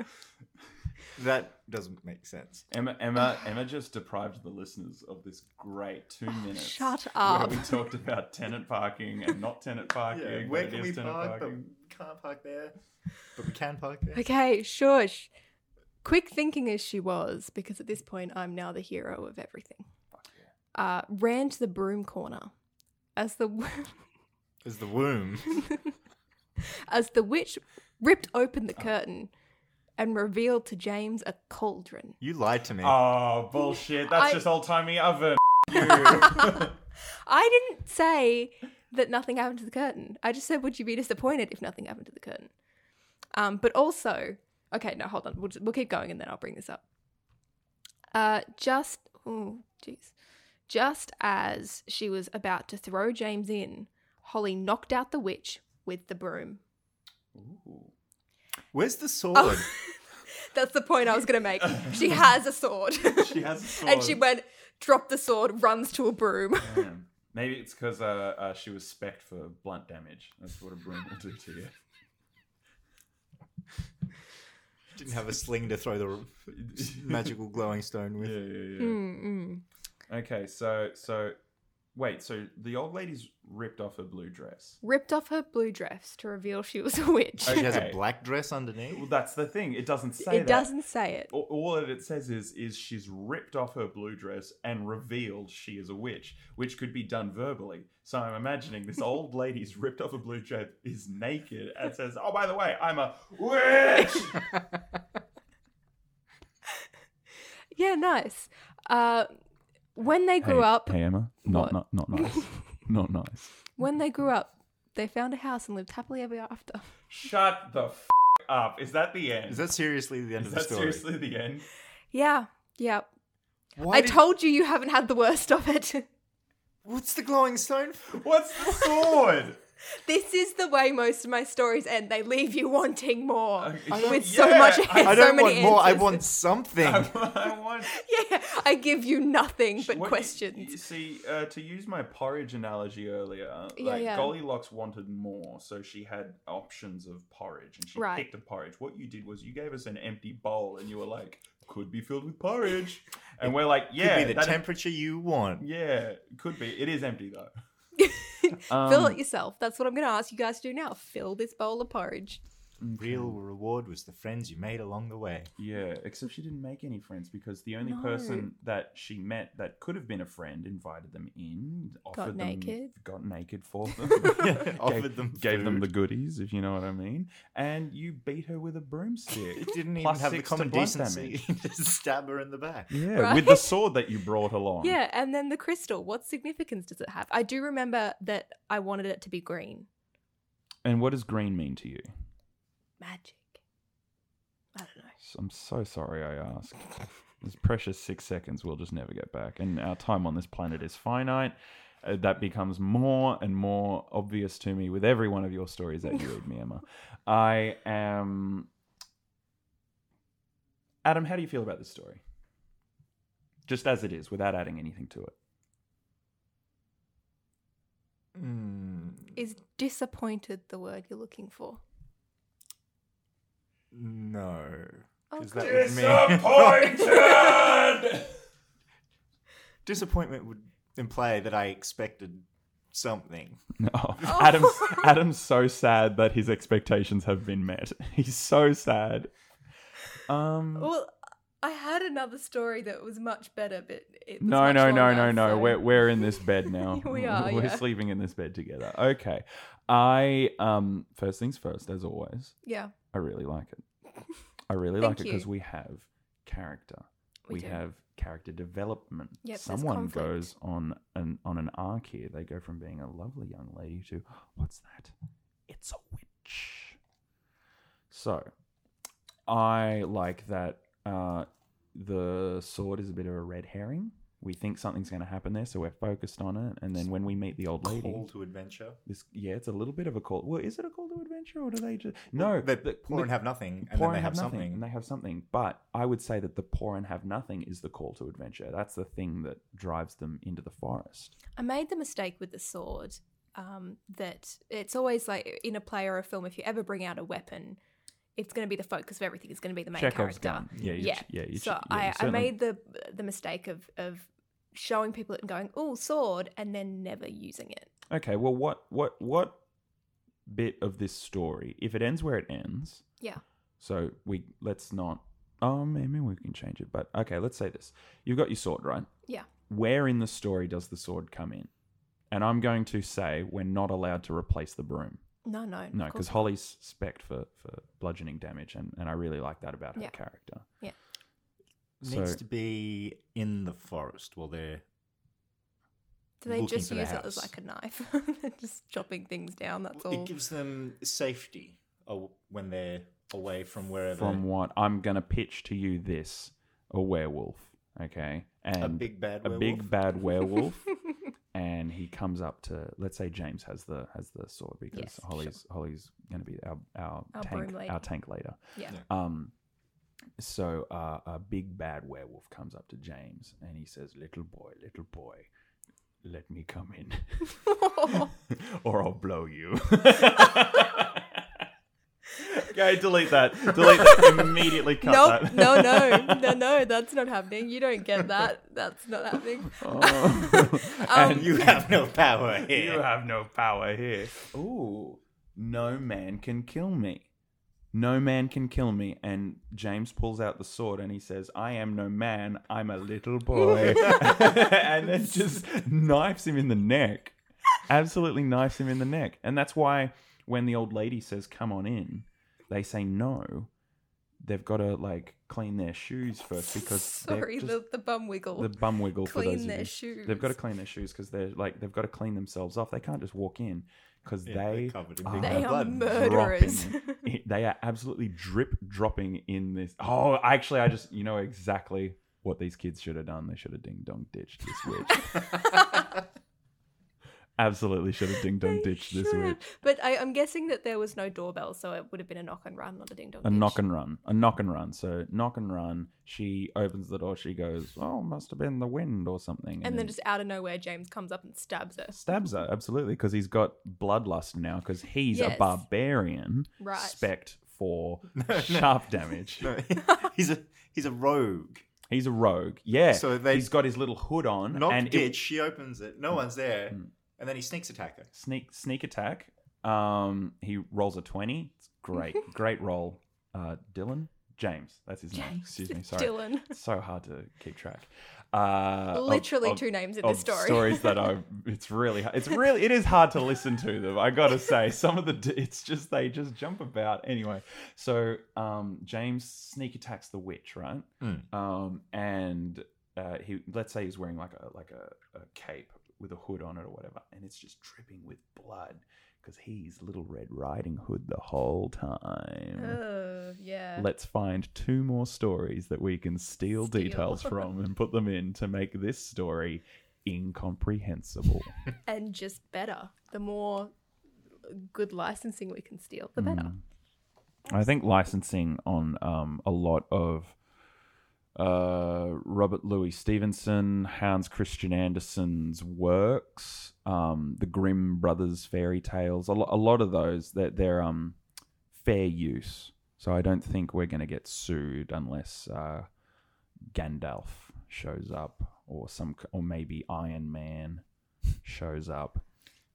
That doesn't make sense.
Emma, Emma, Emma just deprived the listeners of this great two minutes.
Oh, Shut
where
up.
we talked about tenant parking and not tenant parking.
Yeah,
but
where
it
can
is
we
tenant
park? But
parking.
we can't park there. But we can park there.
Okay, shush. Quick thinking as she was, because at this point I'm now the hero of everything. Uh, ran to the broom corner as the
Is the womb.
as the witch ripped open the curtain and revealed to James a cauldron.
You lied to me.
Oh, bullshit. That's
I-
just old timey oven.
I didn't say that nothing happened to the curtain. I just said, would you be disappointed if nothing happened to the curtain? Um, but also, okay, no, hold on. We'll, just, we'll keep going and then I'll bring this up. Uh, just, oh, jeez. Just as she was about to throw James in, Holly knocked out the witch with the broom.
Where's the sword?
Oh. That's the point I was going to make. She has a sword.
She has a sword.
and she went, drop the sword, runs to a broom.
Damn. Maybe it's because uh, uh, she was specced for blunt damage. That's what a broom will do to you.
Didn't have a sling to throw the magical glowing stone with.
Yeah, yeah, yeah.
Mm, Hmm.
Okay, so so wait, so the old lady's ripped off her blue dress.
Ripped off her blue dress to reveal she was a witch.
Okay.
She has a black dress underneath.
Well, that's the thing. It doesn't say
It
that.
doesn't say it.
All, all that it says is is she's ripped off her blue dress and revealed she is a witch, which could be done verbally. So I'm imagining this old lady's ripped off a blue dress is naked and says, "Oh, by the way, I'm a witch."
Yeah, nice. Uh, when they grew up,
Emma,
not-
not not nice, not nice.
when they grew up, they found a house and lived happily ever after.
Shut the f- up. Is that the end?
Is that seriously the end
Is
of the
that
story?
seriously the end?
Yeah, yeah.
Why
I
did-
told you you haven't had the worst of it.
What's the glowing stone? for?
What's the sword?
This is the way most of my stories end. They leave you wanting more
don't-
with so much,
I, I
so
don't want
many
more. I
answers.
want something.
I want
Yeah, I give you nothing but
What you-
questions.
You, see, uh, to use my porridge analogy earlier,
Yeah,
like
yeah.
Goldilocks wanted more, so she had options of porridge, and she
Right.
picked a porridge. What you did was you gave us an empty bowl, and you were like, "Could be filled with porridge," and we're like,
Could
"Yeah,
be the
that-
temperature you want.
yeah, could be. It is empty though."
Fill
Um,
it yourself. That's what I'm going to ask you guys to do now. Fill this bowl of porridge.
Mm.
Real reward was the friends you made along the way.
Yeah, except she didn't make any friends because the only
No.
person that she met that could have been a friend invited them in, offered them,
naked.
got naked for them,
Offered them
gave them
food.
the goodies, if you know what I mean, and you beat her with a broomstick.
It didn't even
Plus
have the
six to
common
blood
decency to stab her in the back.
Yeah,
Right?
with the sword that you brought along.
Yeah, and then the crystal. What significance does it have? I do remember that I wanted it to be green.
And what does green mean to you?
Magic. I don't know.
S- I'm so sorry I asked. This precious six seconds we'll just never get back. And our time on this planet is finite. Uh, that becomes more and more obvious to me with every one of your stories that you read me, Emma. I am. Adam, how do you feel about this story? Just as it is, without adding anything to it.
Mm,
Is disappointed the word you're looking for?
No.
Oh,
'Cause that
good.
would mean- Disappointment would imply that I expected something.
No,
Oh.
Adam's Oh. Adam's so sad that his expectations have been met. He's so sad. Um,
Well, I had another story that was much better, but it was
no,
much
no, no, no,
longer,
no.
so-
We're we're in this bed now.
We are,
We're
yeah.
sleeping in this bed together. Okay. I um first things first, as always.
yeah,
I really like it. I really
Thank
like it because
you.
we have character.
We
We,
do.
have character development.
Yep, there's
Someone
conflict.
goes on an on an arc here. They go from being a lovely young lady to what's that? It's a witch. So I like that uh, the sword is a bit of a red herring. We think something's going to happen there, so we're focused on it. And then when we meet the old lady,
Call to adventure.
this yeah, it's a little bit of a call. Well, is it a call to adventure, or do they just no?
They
the-
poor and have nothing, and
poor
then they
and
have,
nothing,
something.
and they have something. But I would say that the poor and have nothing is the call to adventure. That's the thing that drives them into the forest.
I made the mistake with the sword um, that it's always like in a play or a film. If you ever bring out a weapon, it's going to be the focus of everything. It's going to be the main
Chekhov's
character.
gun. Yeah, you,
yeah,
yeah. You,
so
yeah, you
I, I
certainly-
made the the mistake of of showing people it and going, "Oh, sword," and then never using it.
Okay, well, what what what bit of this story, if it ends where it ends,
Yeah,
so we let's not. Oh, maybe we can change it. But okay, let's say this: you've got your sword, right?
yeah.
where in the story does the sword come in? And I'm going to say we're not allowed to replace the broom.
No, no, of
No,
course
because Holly's spec for, for bludgeoning damage, and, and I really like that about her
Yeah.
character.
Yeah.
So,
Needs to be in the forest while they're
Do they
looking
just
for the
use it as
house.
like a knife? They're just chopping things down. That's all.
It gives them safety aw- when they're away from wherever.
from what I'm going to pitch to you this a werewolf, okay? And
big bad
a big
werewolf?
bad werewolf. and he comes up to let's say James has the has the sword because
Yes, sure.
Holly's Holly's going to be our our,
Our
tank
broom lady.
our tank later.
yeah.
Um, so uh, a big bad werewolf comes up to James and he says, "Little boy, little boy, let me come in, or I'll blow you." okay, delete that. Delete that immediately. Cut
Nope,
that.
no, no, no, no, that's not happening. You don't get that. That's not happening. Oh. Um,
and you have no power here.
You have no power here. Ooh, no man can kill me. No man can kill me. And James pulls out the sword and he says, I am no man, I'm a little boy. and then just knifes him in the neck. Absolutely knifes him in the neck. And that's why when the old lady says, Come on in, they say no. They've got to like clean their shoes first because they're
Sorry,
just-
the, the bum wiggle.
the bum wiggle for
Clean
those of
their
you.
shoes.
They've got to clean their shoes because they're like they've got to clean themselves off. They can't just walk in because
Yeah, they're
they
covered in
are
big
they
Uh,
are
blood
murderers.
dropping- they are absolutely drip dropping in this. Oh, actually, I just you know exactly what these kids should have done. They should have ding dong ditched this witch. Absolutely should have ding dong
They
ditch this
should.
week.
But I, I'm guessing that there was no doorbell, so it would have been a knock and run, not a ding dong.
A knock and run. A knock and run. So knock and run. She opens the door. She goes, "Oh, must have been the wind or something."
And then just out of nowhere, James comes up and stabs her.
stabs her absolutely because he's got bloodlust now because he's a
Yes.
barbarian.
Right.
Spect for sharp damage.
No, he's a he's a rogue.
He's a rogue. Yeah.
So they-
he's got his little hood on
Knock
and it-
ditch. she opens it. No one's there,
Mm.
and then he sneaks attack her.
sneak sneak attack. Um, he rolls a twenty. It's great, great roll. Uh, Dylan James, that's his name. Excuse me. Sorry.
Dylan.
It's so hard to keep track. Uh, of-
Literally
of-
two names in
of
this story.
stories that I, it's really, hard- it's really, it is hard to listen to them. I gotta say, some of the, d- it's just they just jump about anyway. So, um, James sneak attacks the witch, right?
Mm.
Um, and uh, he, let's say he's wearing like a like a, a cape with a hood on it or whatever, and it's just dripping with blood because he's Little Red Riding Hood the whole time.
Oh, yeah.
Let's find two more stories that we can steal,
Steal.
details from and put them in to make this story incomprehensible.
and just better. The more good licensing we can steal, the better.
Mm. I think licensing on um, a lot of uh, Robert Louis Stevenson, Hans Christian Andersen's works, um, the Grimm Brothers fairy tales, a, lo- a lot of those that they're um, fair use. So I don't think we're going to get sued unless uh, Gandalf shows up or some c- or maybe Iron Man shows up.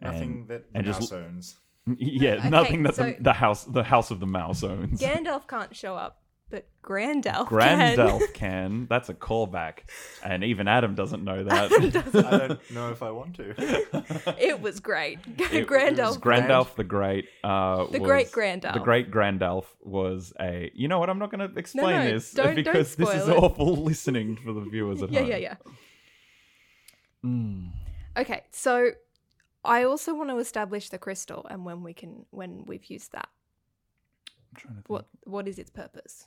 And-
Nothing that the
and just-
mouse owns.
yeah,
Okay,
nothing that
so-
the, the house the house of the mouse owns.
Gandalf can't show up, but Grandalf
Grandalf can. That's a callback, and even Adam doesn't know that.
I don't know if I want to.
can. it was great.
It was
Grandalf.
Grandalf the Great. Uh,
The
was-
Great Grandalf.
The Great Grandalf was a. You know what? I'm not going to explain
no,
this
don't- don't
because this is
spoil it.
awful listening for the viewers at
yeah,
home.
yeah, yeah.
Hmm.
Okay, so I also want to establish the crystal and when we can when we've used that.
I'm trying to think.
What what is its purpose? So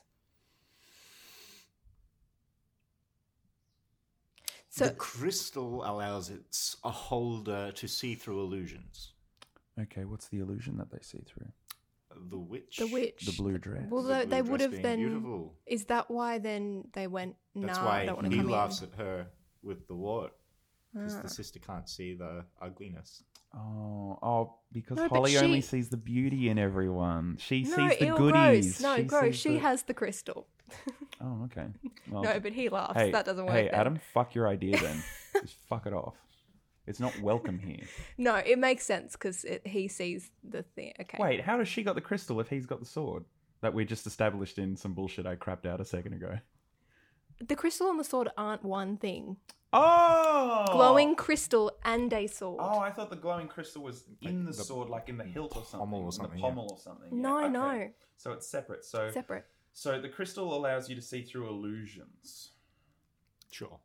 the crystal allows its a holder to see through illusions.
Okay, what's the illusion that they see through?
The witch.
the witch.
The blue dress.
Well, they-
The blue
they
dress
would have
being
then.
beautiful.
Is that why then they went? Nah,
That's
I don't
why
want to
he
come
laughs
in. Ah.
at her with the wart because the sister can't see the ugliness.
Oh, oh, because
No, but
Holly only
she-
sees the beauty in everyone. She
no,
sees the
ew, gross.
goodies.
No, gross.
sees
She
the-
has the crystal.
Oh, okay. Well,
No, but he laughs.
hey,
that doesn't work.
Hey,
then.
Adam, fuck your idea then. Just fuck it off. It's not welcome here.
No, it makes sense because he sees the thing. Okay.
Wait, how does she got the crystal if he's got the sword? That we just established in some bullshit I crapped out a second ago.
The crystal and the sword aren't one thing.
Oh,
Glowing crystal and a sword.
Oh, I thought the glowing crystal was in the,
the
sword, like in the hilt or something,
pommel or
in
something,
the
yeah.
pommel or something. Yeah,
no,
okay.
no,
So it's separate. So
separate.
so the crystal allows you to see through illusions.
Sure.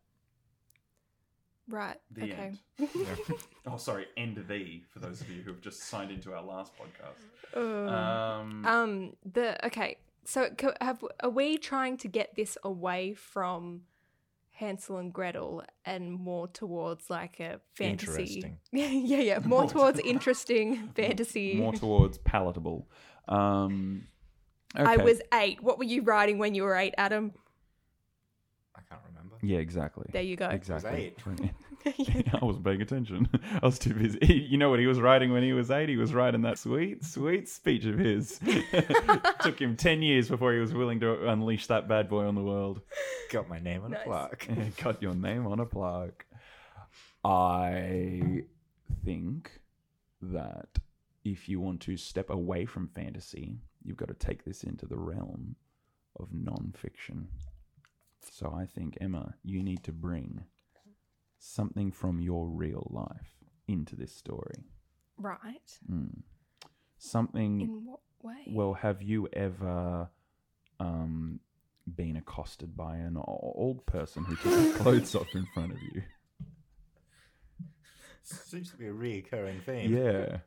Right.
The
okay.
end. Oh, sorry, end the for those of you who have just signed into our last podcast. Um,
Um. The okay. So co- have are we trying to get this away from Hansel and Gretel and more towards like a fantasy?
Interesting.
Yeah, yeah, yeah. More towards interesting fantasy.
more towards palatable. Um, okay.
I was eight. What were you writing when you were eight, Adam?
I can't remember.
Yeah, exactly.
There you go.
Exactly.
Yeah.
I wasn't paying attention. I was too busy. You know what he was writing when he was eight? He was writing that sweet, sweet speech of his. Took him 10 years before he was willing to unleash that bad boy on the world.
Got my name on
Nice.
a plaque.
Got your name on a plaque. I think that if you want to step away from fantasy, you've got to take this into the realm of nonfiction. So I think, Emma, you need to bring something from your real life into this story.
Right.
Mm. Something
In what way?
Mm. well, have you ever um, been accosted by an o- old person who took their clothes off in front of you?
Seems to be a reoccurring theme.
Yeah.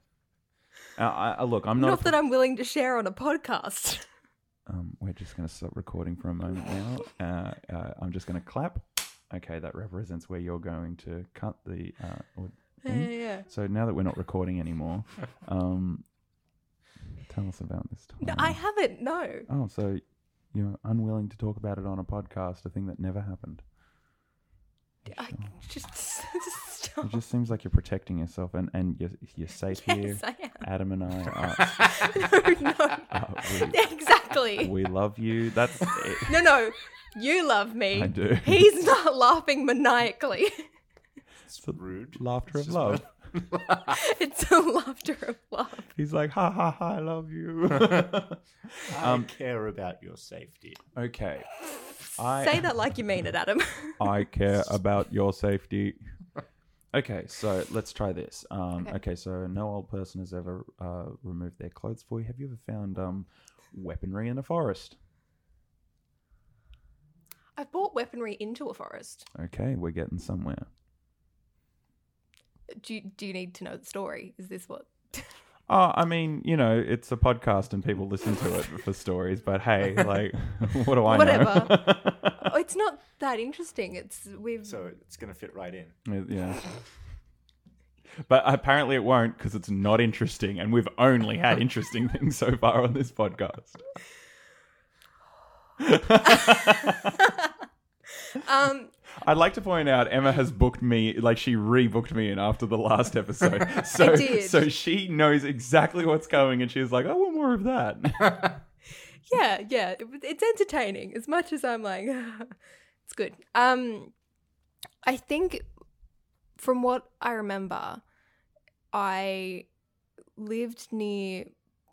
Uh, I, I, look, I'm
not,
not. a
that I'm willing to share on a podcast.
Um, we're just going to stop recording for a moment now. Uh, uh, I'm just going to clap. Okay, that represents where you're going to cut the. Uh, or
Yeah, yeah.
So now that we're not recording anymore, um, tell us about this time.
No, I haven't. No.
oh, so you're unwilling to talk about it on a podcast, a thing that never happened.
I just, just
It
stop.
just seems like you're protecting yourself, and and you're, you're safe here.
Yes, I am.
Adam and I
no.
are. are we,
exactly.
we love you. That's it.
No, no. You love me.
I do.
He's not laughing maniacally.
It's the
Rude.
laughter
It's
of
just
love.
It's the laughter of love.
He's like, ha ha ha, I love you.
I care about your safety.
okay. I
Say that like you mean it, Adam.
I care about your safety. Okay, so let's try this. Um, okay.
Okay.
so no old person has ever uh, removed their clothes for you. Have you ever found um, weaponry in a forest?
I've bought weaponry into a forest.
Okay, we're getting somewhere.
Do you, do you need to know the story? Is this what?
Oh, I mean, you know, it's a podcast and people listen to it for stories, but hey, like, what do I know?
Oh, it's not that interesting. It's we've.
So it's going to fit right in.
Whatever. yeah. But apparently it won't because it's not interesting, and we've only had interesting things so far on this podcast.
Um,
I'd like to point out Emma has booked me, like she rebooked me in after the last episode. So,
did.
so she knows exactly what's coming, and she's like, "I want more of that."
yeah, yeah. It, was- it's entertaining as much as I'm like, it's good. Um, I think from what I remember, I lived near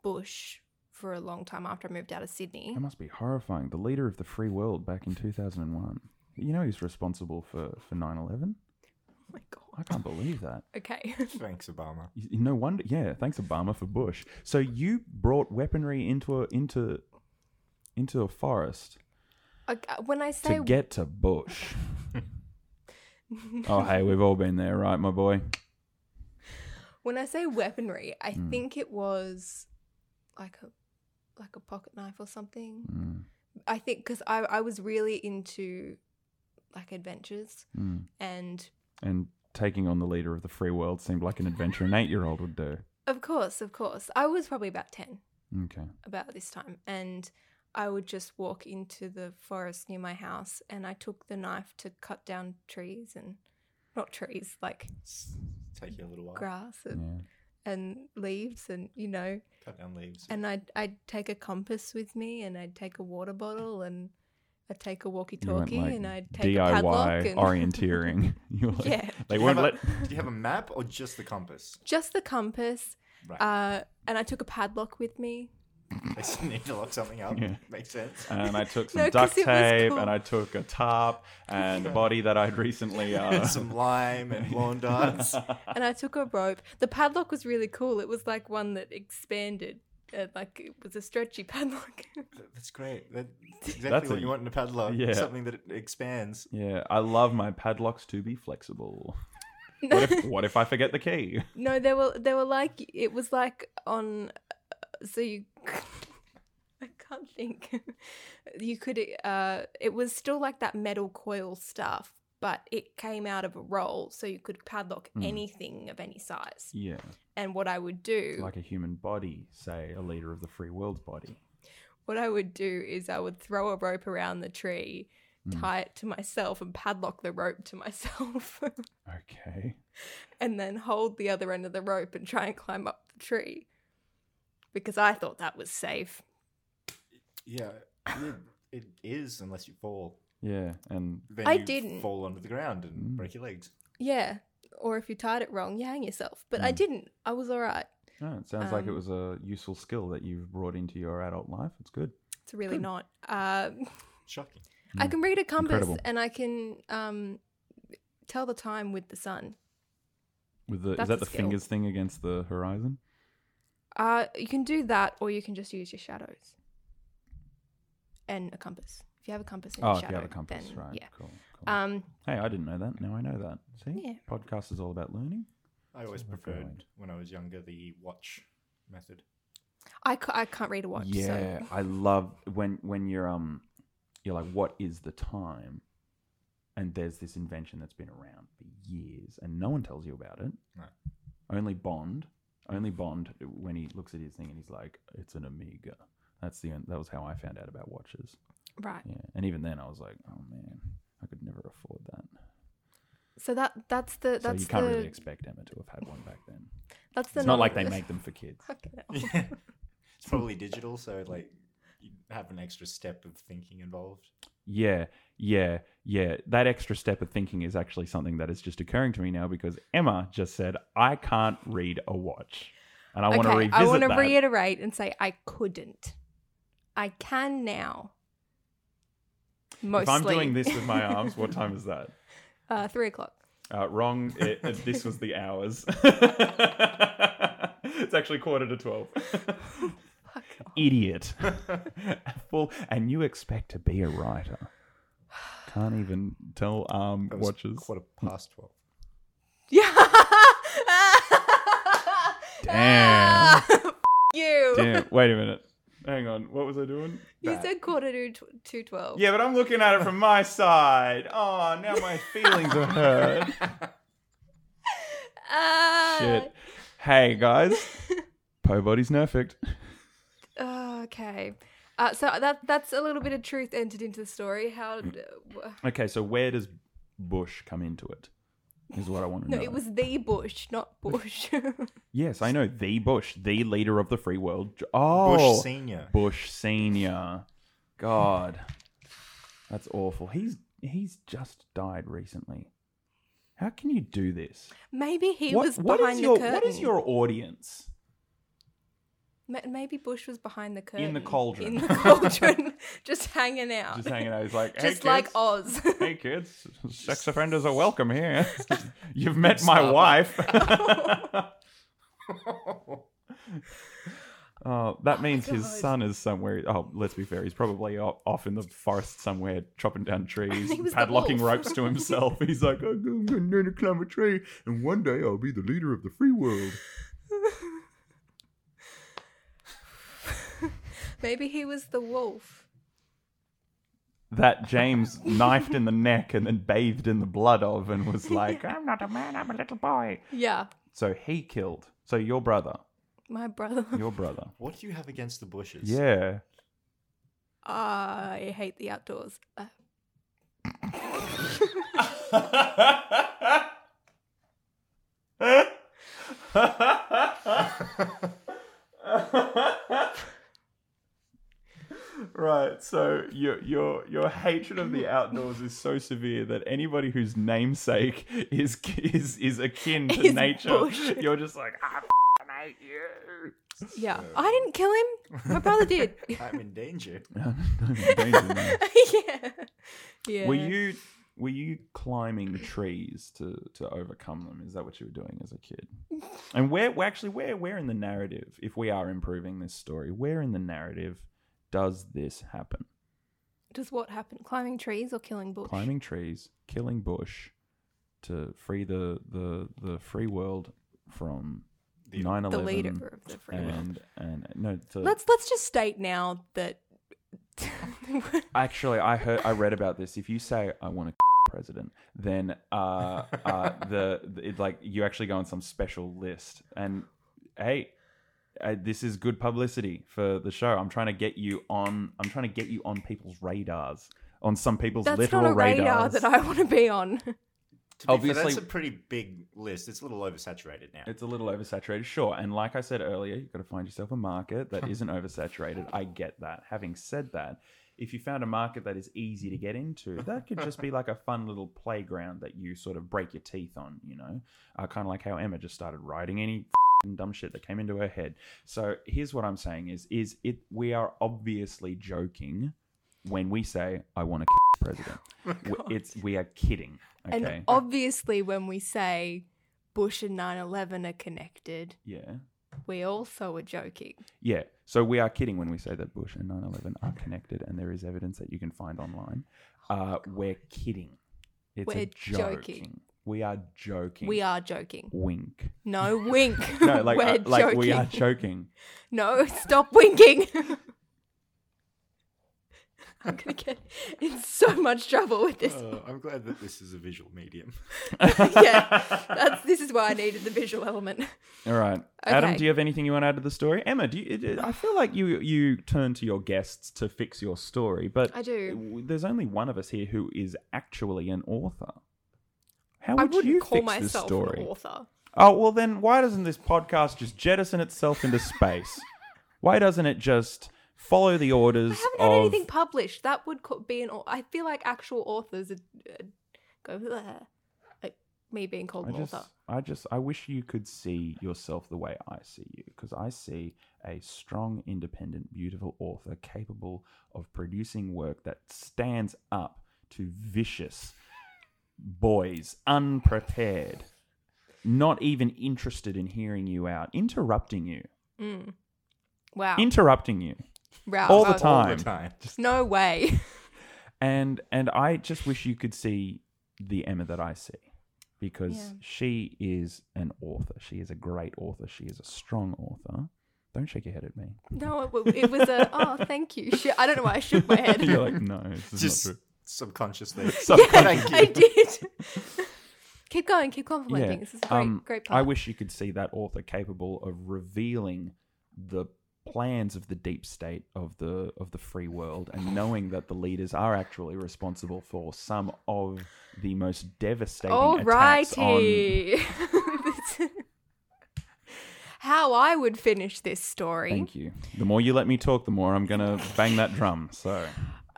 bush for a long time after I moved out of Sydney.
that must be horrifying. The leader of the free world back in two thousand and one. You know he's responsible for for nine eleven.
Oh my
I
god.
can't believe that.
Okay.
Thanks, Obama.
You- you- No wonder. Yeah, thanks Obama for Bush. So you brought weaponry into a into into a forest
I, uh, when I say
to get to Bush. oh hey, we've all been there, right, my boy?
when I say weaponry, I
Mm.
think it was like a like a pocket knife or something.
Mm,
I think because I I was really into like adventures
mm.
and
and taking on the leader of the free world seemed like an adventure an eight-year-old would do.
of course, of course, I was probably about ten
Okay.
about this time and. I would just walk into the forest near my house and I took the knife to cut down trees and not trees, like
It's taking a little while.
grass and,
Yeah.
and leaves and, you know,
Cut down leaves.
and I'd I'd take a compass with me, and I'd take a water bottle, and I'd take a
You went
walkie-talkie,
like
and I'd take a padlock,
DIY
and
orienteering. You were like,
Yeah.
They
Do you have
won't let.
a- Do you have a map or just the compass?
just the compass.
Right.
Uh, and I took a padlock with me.
I just need to lock something up.
Yeah.
Makes sense.
And I took some
No, 'cause
duct
it was
tape,
cool.
and I took a tarp and a body that I'd recently. Uh,
Some lime and lawn darts.
And I took a rope. The padlock was really cool. It was like one that expanded, uh, like it was a stretchy padlock.
That's great. That's exactly
That's
what
a-
you want in a padlock.
Yeah.
Something that expands.
yeah, I love my padlocks to be flexible. What if, what if I forget the key?
no, they were they were like it was like on. Uh, so you. I can't think. you could. Uh, it was still like that metal coil stuff, but it came out of a roll, so you could padlock
Mm.
anything of any size.
Yeah,
And what I would do,
like a human body, say a leader of the free world's body.
what I would do is I would throw a rope around the tree, tie it to myself, and padlock the rope to myself,
Okay.
and then hold the other end of the rope and try and climb up the tree, because I thought that was safe.
Yeah. It, it is, unless you fall.
Yeah, and
Then
I
you
didn't.
fall onto the ground and
Mm.
break your legs.
Yeah. Or if you tied it wrong, you hang yourself. But I
Mm.
didn't. I was all right.
oh, it sounds like it
Um,
was a useful skill that you've brought into your adult life. It's good.
It's really
Good.
not. Um
Shocking.
I can read a compass
Incredible.
and I can um, tell the time with the sun.
With the, is
That's
that
a
the
skill.
fingers thing against the horizon?
Uh, you can do that, or you can just use your shadows and a compass. If you have a compass and
Oh,
your
if you
shadow,
have a compass,
then,
right?
Yeah.
Cool. cool.
Um,
hey, I didn't know that. Now I know that. See,
Yeah.
podcast is all about learning.
I always
what we're
preferred,
going.
when I was younger, the watch method.
I, ca- I can't read a watch.
yeah,
So.
I love when when you're um you're like, what is the time? and there's this invention that's been around for years and no one tells you about it.
Right.
Only Bond, only Bond when he looks at his thing and he's like, "It's an Amiga." That's the that was how I found out about watches.
Right.
Yeah, and even then I was like, "Oh man, I could never afford that."
So that that's the
so
that's
you can't
the
really expect Emma to have had one back then.
that's the
It's not like they
knowledge.
make them for kids.
Fucking hell.
Yeah. it's probably digital, so like you have an extra step of thinking involved.
Yeah, yeah, yeah. That extra step of thinking is actually something that is just occurring to me now because Emma just said, I can't read a watch. And I want to
okay,
revisit
I want to
that.
reiterate and say I couldn't. I can now. Mostly.
if I'm doing this with my arms, what time is that?
uh, three o'clock.
Uh, wrong. It, it- this was the hours. it's actually quarter to 12.
Fuck off.
Idiot. Full, and you expect to be a writer. Can't even tell arm
That was
watches.
Quarter past twelve.
Yeah.
Damn.
you.
Damn. Wait a minute. Hang on. What was I doing?
You
That.
said quarter to tw- to twelve.
Yeah, but I'm looking at it from my side. Oh, now my feelings are hurt.
Ah.
Shit. Hey guys, Poe body's nerfed.
Oh, okay. Uh, so that that's a little bit of truth entered into the story. How? d- w-
Okay, so where does Bush come into it? Is what I want to
No,
know.
it was the bush, not bush.
yes, I know the Bush, the leader of the free world. Jo- Oh,
Bush senior.
Bush Senior. God, that's awful. He's he's just died recently. How can you do this?
Maybe he was
what
behind
is
the
your
curtain.
what is your audience?
Ma- Maybe Bush was behind the curtain
In the cauldron.
In the cauldron, just hanging out,
Just hanging out. He's like, hey,
Just like
kids.
Oz.
Hey kids, sex offenders are welcome here. You've met my wife. Oh, that means his
God.
son is somewhere. Oh, let's be fair. He's probably o- off in the forest somewhere, chopping down trees,
He was the
padlocking
wolf.
ropes to himself. He's like, I'm going to learn to climb a tree, and one day I'll be the leader of the free world.
Maybe he was the wolf.
That James knifed in the neck and then bathed in the blood of, and was like, I'm not a man, I'm a little boy.
Yeah,
So he killed. So your brother,
my brother.
your brother.
What do you have against the bushes?
Yeah.
I hate the outdoors. Uh,
Right, so your your your hatred of the outdoors is so severe that anybody whose namesake is is is akin to
Is
nature,
bush.
you're just like ah,
yeah, I didn't kill him. My brother did.
I'm in danger.
I'm in danger now.
yeah. Yeah.
Were you were you climbing trees to to overcome them? Is that what you were doing as a kid? And where where- actually where where in the narrative, if we are improving this story, where in the narrative does this happen?
Does what happen? Climbing trees or killing bush?
Climbing trees, killing bush to free the the the free world from
The-
9
the leader of the free world.
and and no to,
Let's let's just state now that
Actually, I heard, I read about this. If you say I want to president, then uh, uh, the, the it, like you actually go on some special list. And hey, uh, this is good publicity for the show. I'm trying to get you on. I'm trying to get you on people's radars, on some people's
that's
literal
not a radar
radars.
that I want to be on.
To be fair,
Obviously-
that's a pretty big list. It's a little oversaturated now.
It's a little oversaturated, sure. And like I said earlier, you've got to find yourself a market that isn't oversaturated. I get that. Having said that, if you found a market that is easy to get into, that could just be like a fun little playground that you sort of break your teeth on, you know? Uh, kind of like how Emma just started writing any f***ing dumb shit that came into her head. So here's what I'm saying is is it we are obviously joking when we say I want to kill the president. W- it's we are kidding, okay?
And obviously, when we say Bush and 9 11 are connected,
yeah.
we also are joking.
Yeah. So we are kidding when we say that Bush and 9 11 are connected and there is evidence that you can find online. Uh, we're kidding. It's a
Oh, We're
joking.
joking.
We are joking.
We are joking.
Wink.
No wink.
No, like,
We're
uh, like
joking.
we are joking.
no, stop winking. I'm going to get in so much trouble with this.
Oh, I'm glad that this is a visual medium.
yeah, that's, this is why I needed the visual element.
All right, Adam,
Okay.
do you have anything you want to add to the story? Emma, do you, it- it- I feel like you you turn to your guests to fix your story, but
I do.
w- There's only one of us here who is actually an author. How
I
would
wouldn't
you
call
fix
myself
this story?
an author.
Oh well, then why doesn't this podcast just jettison itself into space? why doesn't it just follow the orders
I haven't had
of?
anything published. That would co- be an. au- I feel like actual authors are, uh, go "Bleh," like me being called
I
an
just,
author.
I just, I wish you could see yourself the way I see you, because I see a strong, independent, beautiful author capable of producing work that stands up to vicious boys, unprepared, not even interested in hearing you out, interrupting you,
Mm. Wow.
interrupting you.
Wow.
all the
Oh,
time.
All the time. Just
No way.
and and I just wish you could see the Emma that I see because
Yeah.
she is an author. She is a great author. She is a strong author. Don't shake your head at me.
No, it, w- it was a. Oh, thank you. Sh- I don't know why I shook my head.
You're like, no, this is
just
not true.
subconsciously.
Subconscious.
I did. keep going. Keep complimenting. This is a great.
um,
great part.
I wish you could see that author capable of revealing the plans of the deep state of the of the free world and knowing that the leaders are actually responsible for some of the most devastating attacks on
Alrighty. How I would finish this story.
Thank you. The more you let me talk, the more I'm gonna bang that drum. So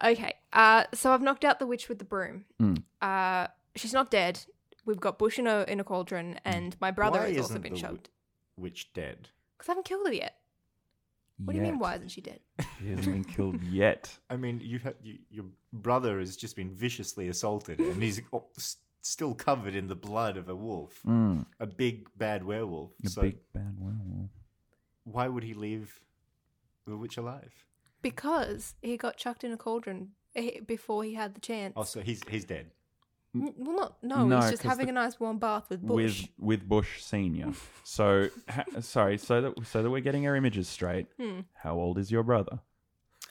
Okay. Uh, so I've knocked out the witch with the broom.
Mm.
Uh, she's not dead. We've got Bush in a, in a
Mm.
cauldron, and my brother
Why
has also
isn't
been
the
shoved.
wi- witch dead?
Because I haven't killed her yet. What do you mean,
Yet.
why isn't she dead?
He hasn't been killed yet.
I mean, you ha- you, your brother has just been viciously assaulted, and he's o- s- still covered in the blood of a wolf,
Mm,
a big bad werewolf.
a
so
big bad werewolf.
why would he leave the witch alive?
Because he got chucked in a cauldron eh, before he had the chance.
Oh, so he's he's dead.
N- well, not no.
No,
he's just
'cause
having
the-
a nice warm bath with Bush.
With with Bush Senior. So ha- sorry. So that so that we're getting our images straight.
Hmm.
How old is your brother?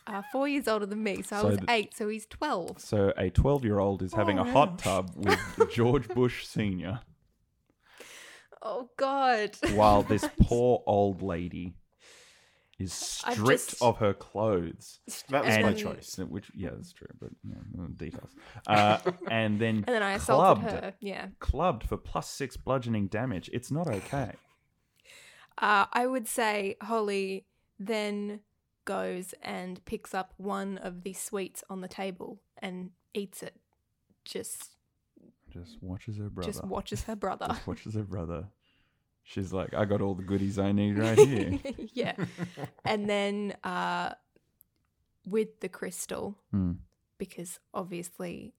Uh, four years older than me, so, I
So
was
th-
eight. So he's twelve.
So a 12 year old is having
Oh,
a hot tub with George Bush Senior,
Oh God.
while this poor old lady is
I've
stripped
just-
of her clothes.
That was my
And-
choice.
So- Which yeah, that's true, but yeah, no details. Uh, and then
And then I assaulted
clubbed,
her. Yeah.
clubbed for plus six bludgeoning damage. It's not okay.
Uh, I would say Holly then goes and picks up one of the sweets on the table and eats it. Just
Just watches her brother.
just watches her brother.
Just watches her brother. She's like, I got all the goodies I need right here.
yeah. And then uh, with the crystal,
Hmm.
because obviously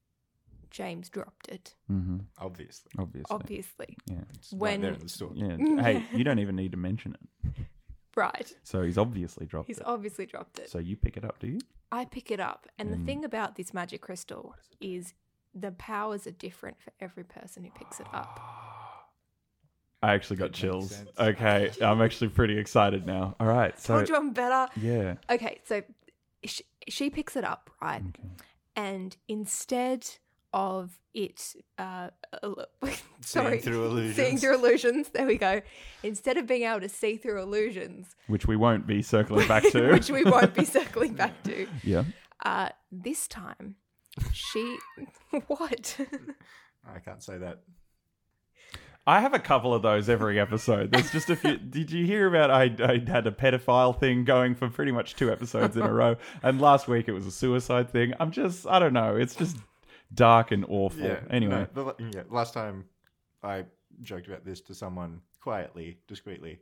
James dropped it.
mm-hmm.
Obviously,
Obviously.
Obviously.
Yeah.
It's right
When-
there in the store.
Yeah. Hey, you don't even need to mention it.
Right.
So he's obviously dropped
He's
it.
obviously dropped it.
so you pick it up, do you?
I pick it up, and
Mm.
the thing about this magic crystal is the powers are different for every person who picks it up.
I actually got
That makes
chills.
sense.
Okay, I'm actually pretty excited now. All right, so
Told you I'm better.
yeah,
Okay, so she, she picks it up, right?
okay.
And instead of it, uh, el- sorry,
Seeing through illusions.
seeing through illusions. There we go. Instead of being able to see through illusions,
which we won't be circling back to.
which we won't be circling back to,
yeah.
uh, this time she what?
I can't say that.
I have a couple of those every episode. There's just a few. Did you hear about I, I had a pedophile thing going for pretty much two episodes in a row, and last week it was a suicide thing. I'm just, I don't know. It's just dark and awful.
Yeah.
anyway,
no, the la- yeah, last time I joked about this to someone quietly, discreetly,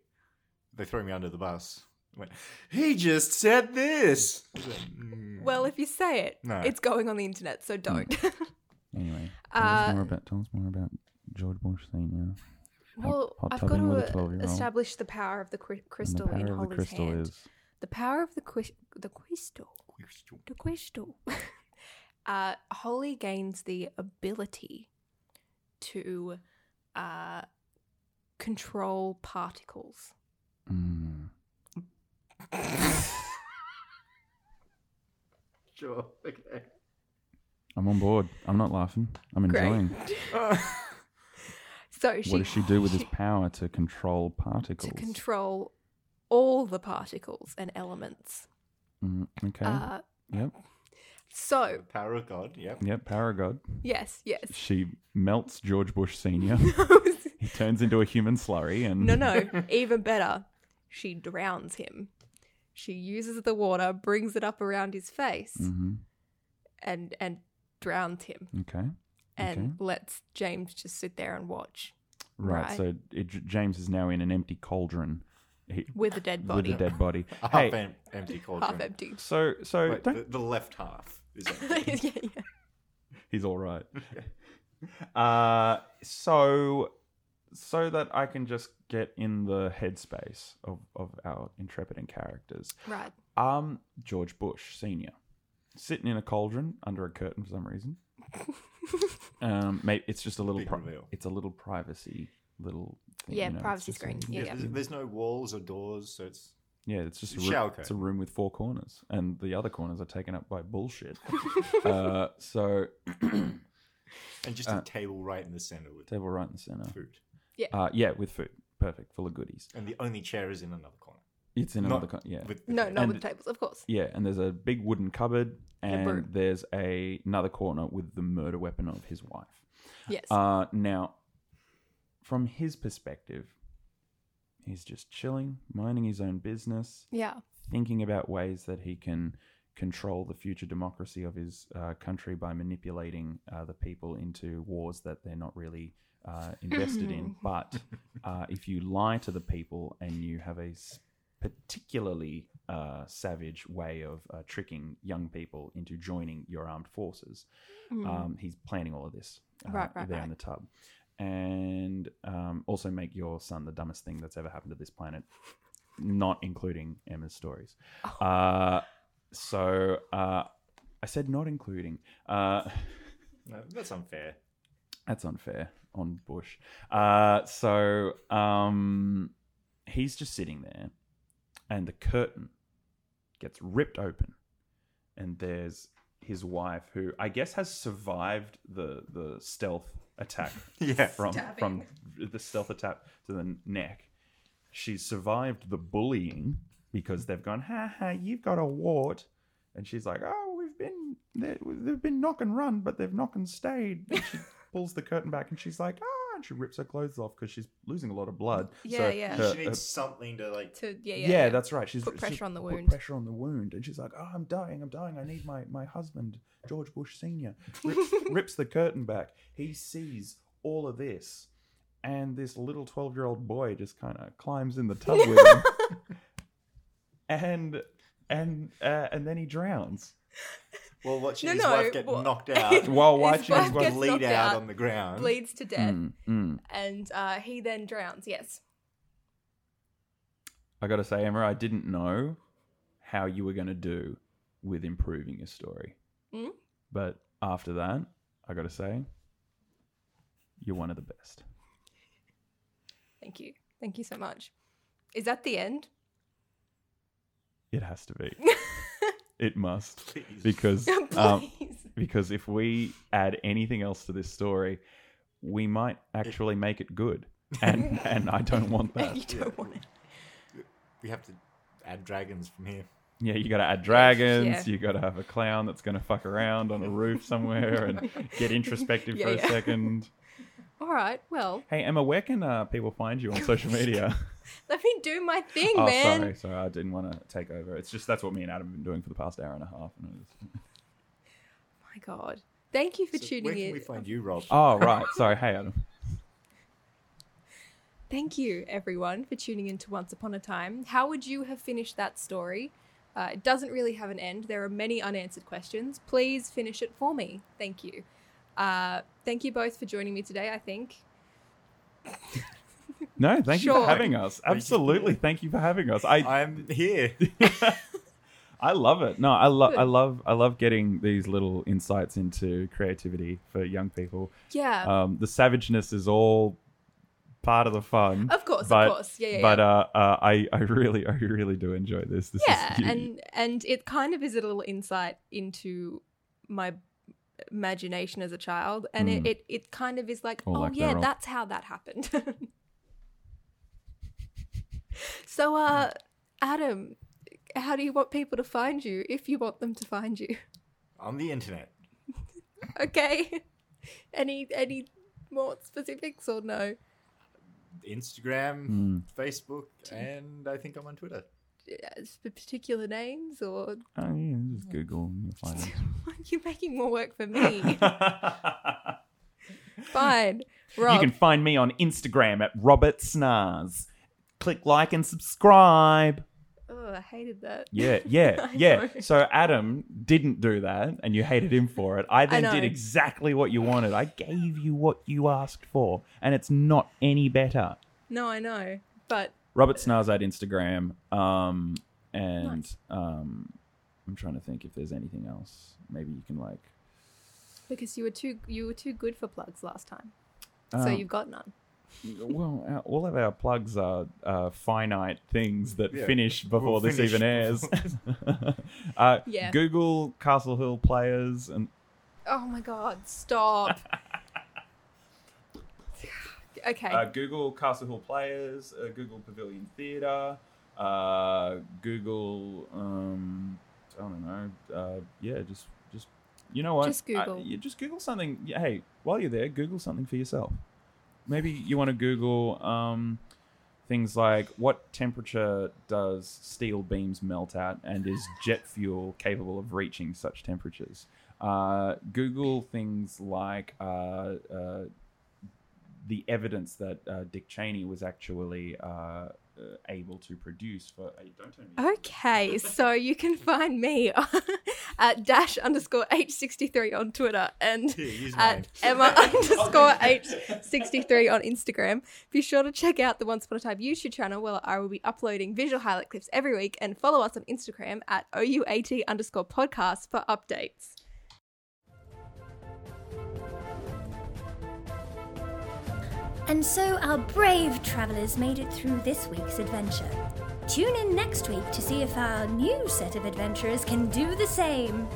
they threw me under the bus. Went, he just said this. I was like, "Mm."
Well, if you say it,
No.
it's going on the internet, so don't.
anyway, tell us
Uh,
more about tell us more about George Bush Senior.
well,
hot
I've got
tubbing with
to
a
uh,
12-year-old.
establish the power of the cri-
And the
crystal in
power of the
Holly's
crystal
hand.
is
The power of the cri- the crystal, the crystal. uh, Holly gains the ability to uh, control particles.
Mm.
Sure. Okay.
I'm on board. I'm not laughing. I'm
Great.
enjoying.
So she
What does she do with this power to control particles?
to control all the particles and elements.
Mm, okay.
Uh,
yep.
so
Power of God. Yep.
Yep. Power of God.
yes, yes.
She melts George Bush Senior. he turns into a human slurry, and
No, no. Even better, she drowns him. She uses the water, brings it up around his face,
Mhm.
and and drowns him,
Okay.
and
Okay.
lets James just sit there and watch
Right.
Right.
So it, J- James is now in an empty cauldron he,
with a dead
with
body,
a dead body.
Half
hey,
em- empty cauldron.
half empty.
so so
Wait,
don't-
the, the left half is empty.
yeah, yeah.
he's all right. uh, so so that I can just get in the headspace of of our intrepid and characters.
Right.
Um, George Bush Senior, sitting in a cauldron under a curtain for some reason. um, maybe it's just a little.
Big reveal.
it's a little privacy, little. Thing,
Yeah,
you know, it's
privacy
just
screen.
a-
Yeah,
Yeah,
yeah.
There's, there's no walls or doors, so it's
Yeah, it's just a
It's
room,
shower curtain.
it's a room with four corners, and the other corners are taken up by bullshit. uh, so
and just a table right in the center with
table right in the center.
food,
Uh, yeah, with food, perfect, full of goodies.
and the only chair is in another corner.
It's in
Not
another. Con- yeah,
With the
No,
table.
not
And-
with the tables, of course.
Yeah, and there's a big wooden cupboard,
a
and
broom.
there's a another corner with the murder weapon of his wife.
Yes.
Uh, now, from his perspective, he's just chilling, minding his own business,
yeah.
thinking about ways that he can control the future democracy of his uh, country by manipulating uh, the people into wars that they're not really uh, invested in. But uh, if you lie to the people and you have a s- particularly uh, savage way of uh, tricking young people into joining your armed forces,
Mm.
um, he's planning all of this uh,
Hmm. Right, right,
there
right.
in the tub. And um, also make your son the dumbest thing that's ever happened to this planet, not including Emma's stories.
Oh.
Uh, so uh, I said not including. Uh,
No, that's unfair.
that's unfair on Bush. Uh, so um, he's just sitting there, and the curtain gets ripped open, and there's his wife, who I guess has survived the the stealth attack
Yeah.
from from the stealth attack to the neck. She's survived the bullying because they've gone, ha ha, you've got a wart. And she's like, oh, we've been, they- they've been knock and run, but they've knock and stayed. And she pulls the curtain back and she's like, ah, and she rips her clothes off because she's losing a lot of blood.
Yeah, yeah.
her-
she
her-
needs something to like.
To, yeah, yeah,
yeah,
yeah.
that's right. She's
Put
she's
pressure on the
put
wound.
pressure on the wound, and she's like, "Oh, I'm dying. I'm dying. I need my my husband, George Bush Senior." Rips, rips the curtain back. He sees all of this, and this little twelve year old boy just kind of climbs in the tub with him, and and uh, and then he drowns
Well, watching
No,
his
no,
wife get
what-
knocked out,
while
His
watching.
wife
his
got
gets knocked
laid out
out,
on the ground.
Bleeds to death,
Mm, mm.
and uh, he then drowns. Yes.
I gotta say, Emma, I didn't know how you were gonna do with improving your story.
Mm?
But after that, I gotta say, you're one of the best.
Thank you. Thank you so much. Is that the end?
It has to be. it must.
Please.
Because
Please.
um, because if we add anything else to this story, we might actually make it good. And and I don't want that.
you don't want it.
we have to add dragons from here.
Yeah, you got to add dragons.
Yeah.
You got to have a clown that's going to fuck around on a roof somewhere and get introspective
Yeah,
for
yeah.
a second.
All right. Well,
Hey Emma, where can uh, people find you on social media?
let me do my thing,
oh,
man.
sorry, sorry, I didn't want to take over. It's just that's what me and Adam have been doing for the past hour and a half. And it was-
Oh My God. Thank you for
So
tuning
where can
in.
we find you, Rob?
oh right, sorry. Hey Adam.
Thank you, everyone, for tuning in to Once Upon a Time. How would you have finished that story? Uh, it doesn't really have an end. There are many unanswered questions. Please finish it for me. Thank you. Uh, thank you both for joining me today, I think.
No, thank you
Sure.
for having us. Absolutely, thank you for having us. I
I'm here.
I love it. No, I love
Good.
I love I love getting these little insights into creativity for young people.
Yeah.
Um, the savageness is all part of the fun.
Of course,
but-
of course. Yeah, yeah.
But
yeah.
uh, uh, I, I really, I really do enjoy this. This
yeah,
is you-
and and it kind of is a little insight into my imagination as a child, and it, it it kind of is like,
Hmm. Or
oh
lack
yeah,
thereof.
that's how that happened. so, uh, Adam, how do you want people to find you if you want them to find you?
on the internet.
Okay, any any more specifics or no?
Instagram, Facebook, and I think I'm on Twitter.
Uh, Particular names or
Oh, yeah, just Google and you'll find it.
you're making more work for me. Fine, Rob.
You can find me on Instagram at Robert Snars. Click like and subscribe.
Oh, I hated that.
Yeah, yeah,
I
yeah.
know.
So Adam didn't do that, and you hated him for it. I then
know.
did exactly what you wanted. I gave you what you asked for, and it's not any better.
No, I know, but
Robert Snars at Instagram. Um, and
Nice.
um, I'm trying to think if there's anything else. Maybe you can like.
because you were too you were too good for plugs last time,
Oh.
so
Um,
you've got none.
Well, our, all of our plugs are uh, finite things that
Yeah.
finish before
We'll
this
finish
even airs. uh,
Yeah.
Google Castle Hill players and
Oh my god, stop. okay,
uh, Google Castle Hill players, uh, Google Pavilion Theatre, uh, Google. Um, I don't know. Uh, yeah, just just you know what?
Just Google.
Uh, yeah, just Google something. Yeah, hey, while you're there, Google something for yourself. Maybe you want to Google um, things like what temperature does steel beams melt at, and is jet fuel capable of reaching such temperatures? Uh, Google things like uh, uh, the evidence that uh, Dick Cheney was actually uh, uh, able to produce for. Hey, don't turn
Oh,
me.
okay. So you can find me at dash underscore h sixty three on Twitter and
Yeah, use mine.
at Emma underscore H63 on Instagram. Be sure to check out the Once Upon a Time YouTube channel where I will be uploading visual highlight clips every week and follow us on Instagram at OUAT underscore podcast for updates.
And so our brave travellers made it through this week's adventure. Tune in next week to see if our new set of adventurers can do the same.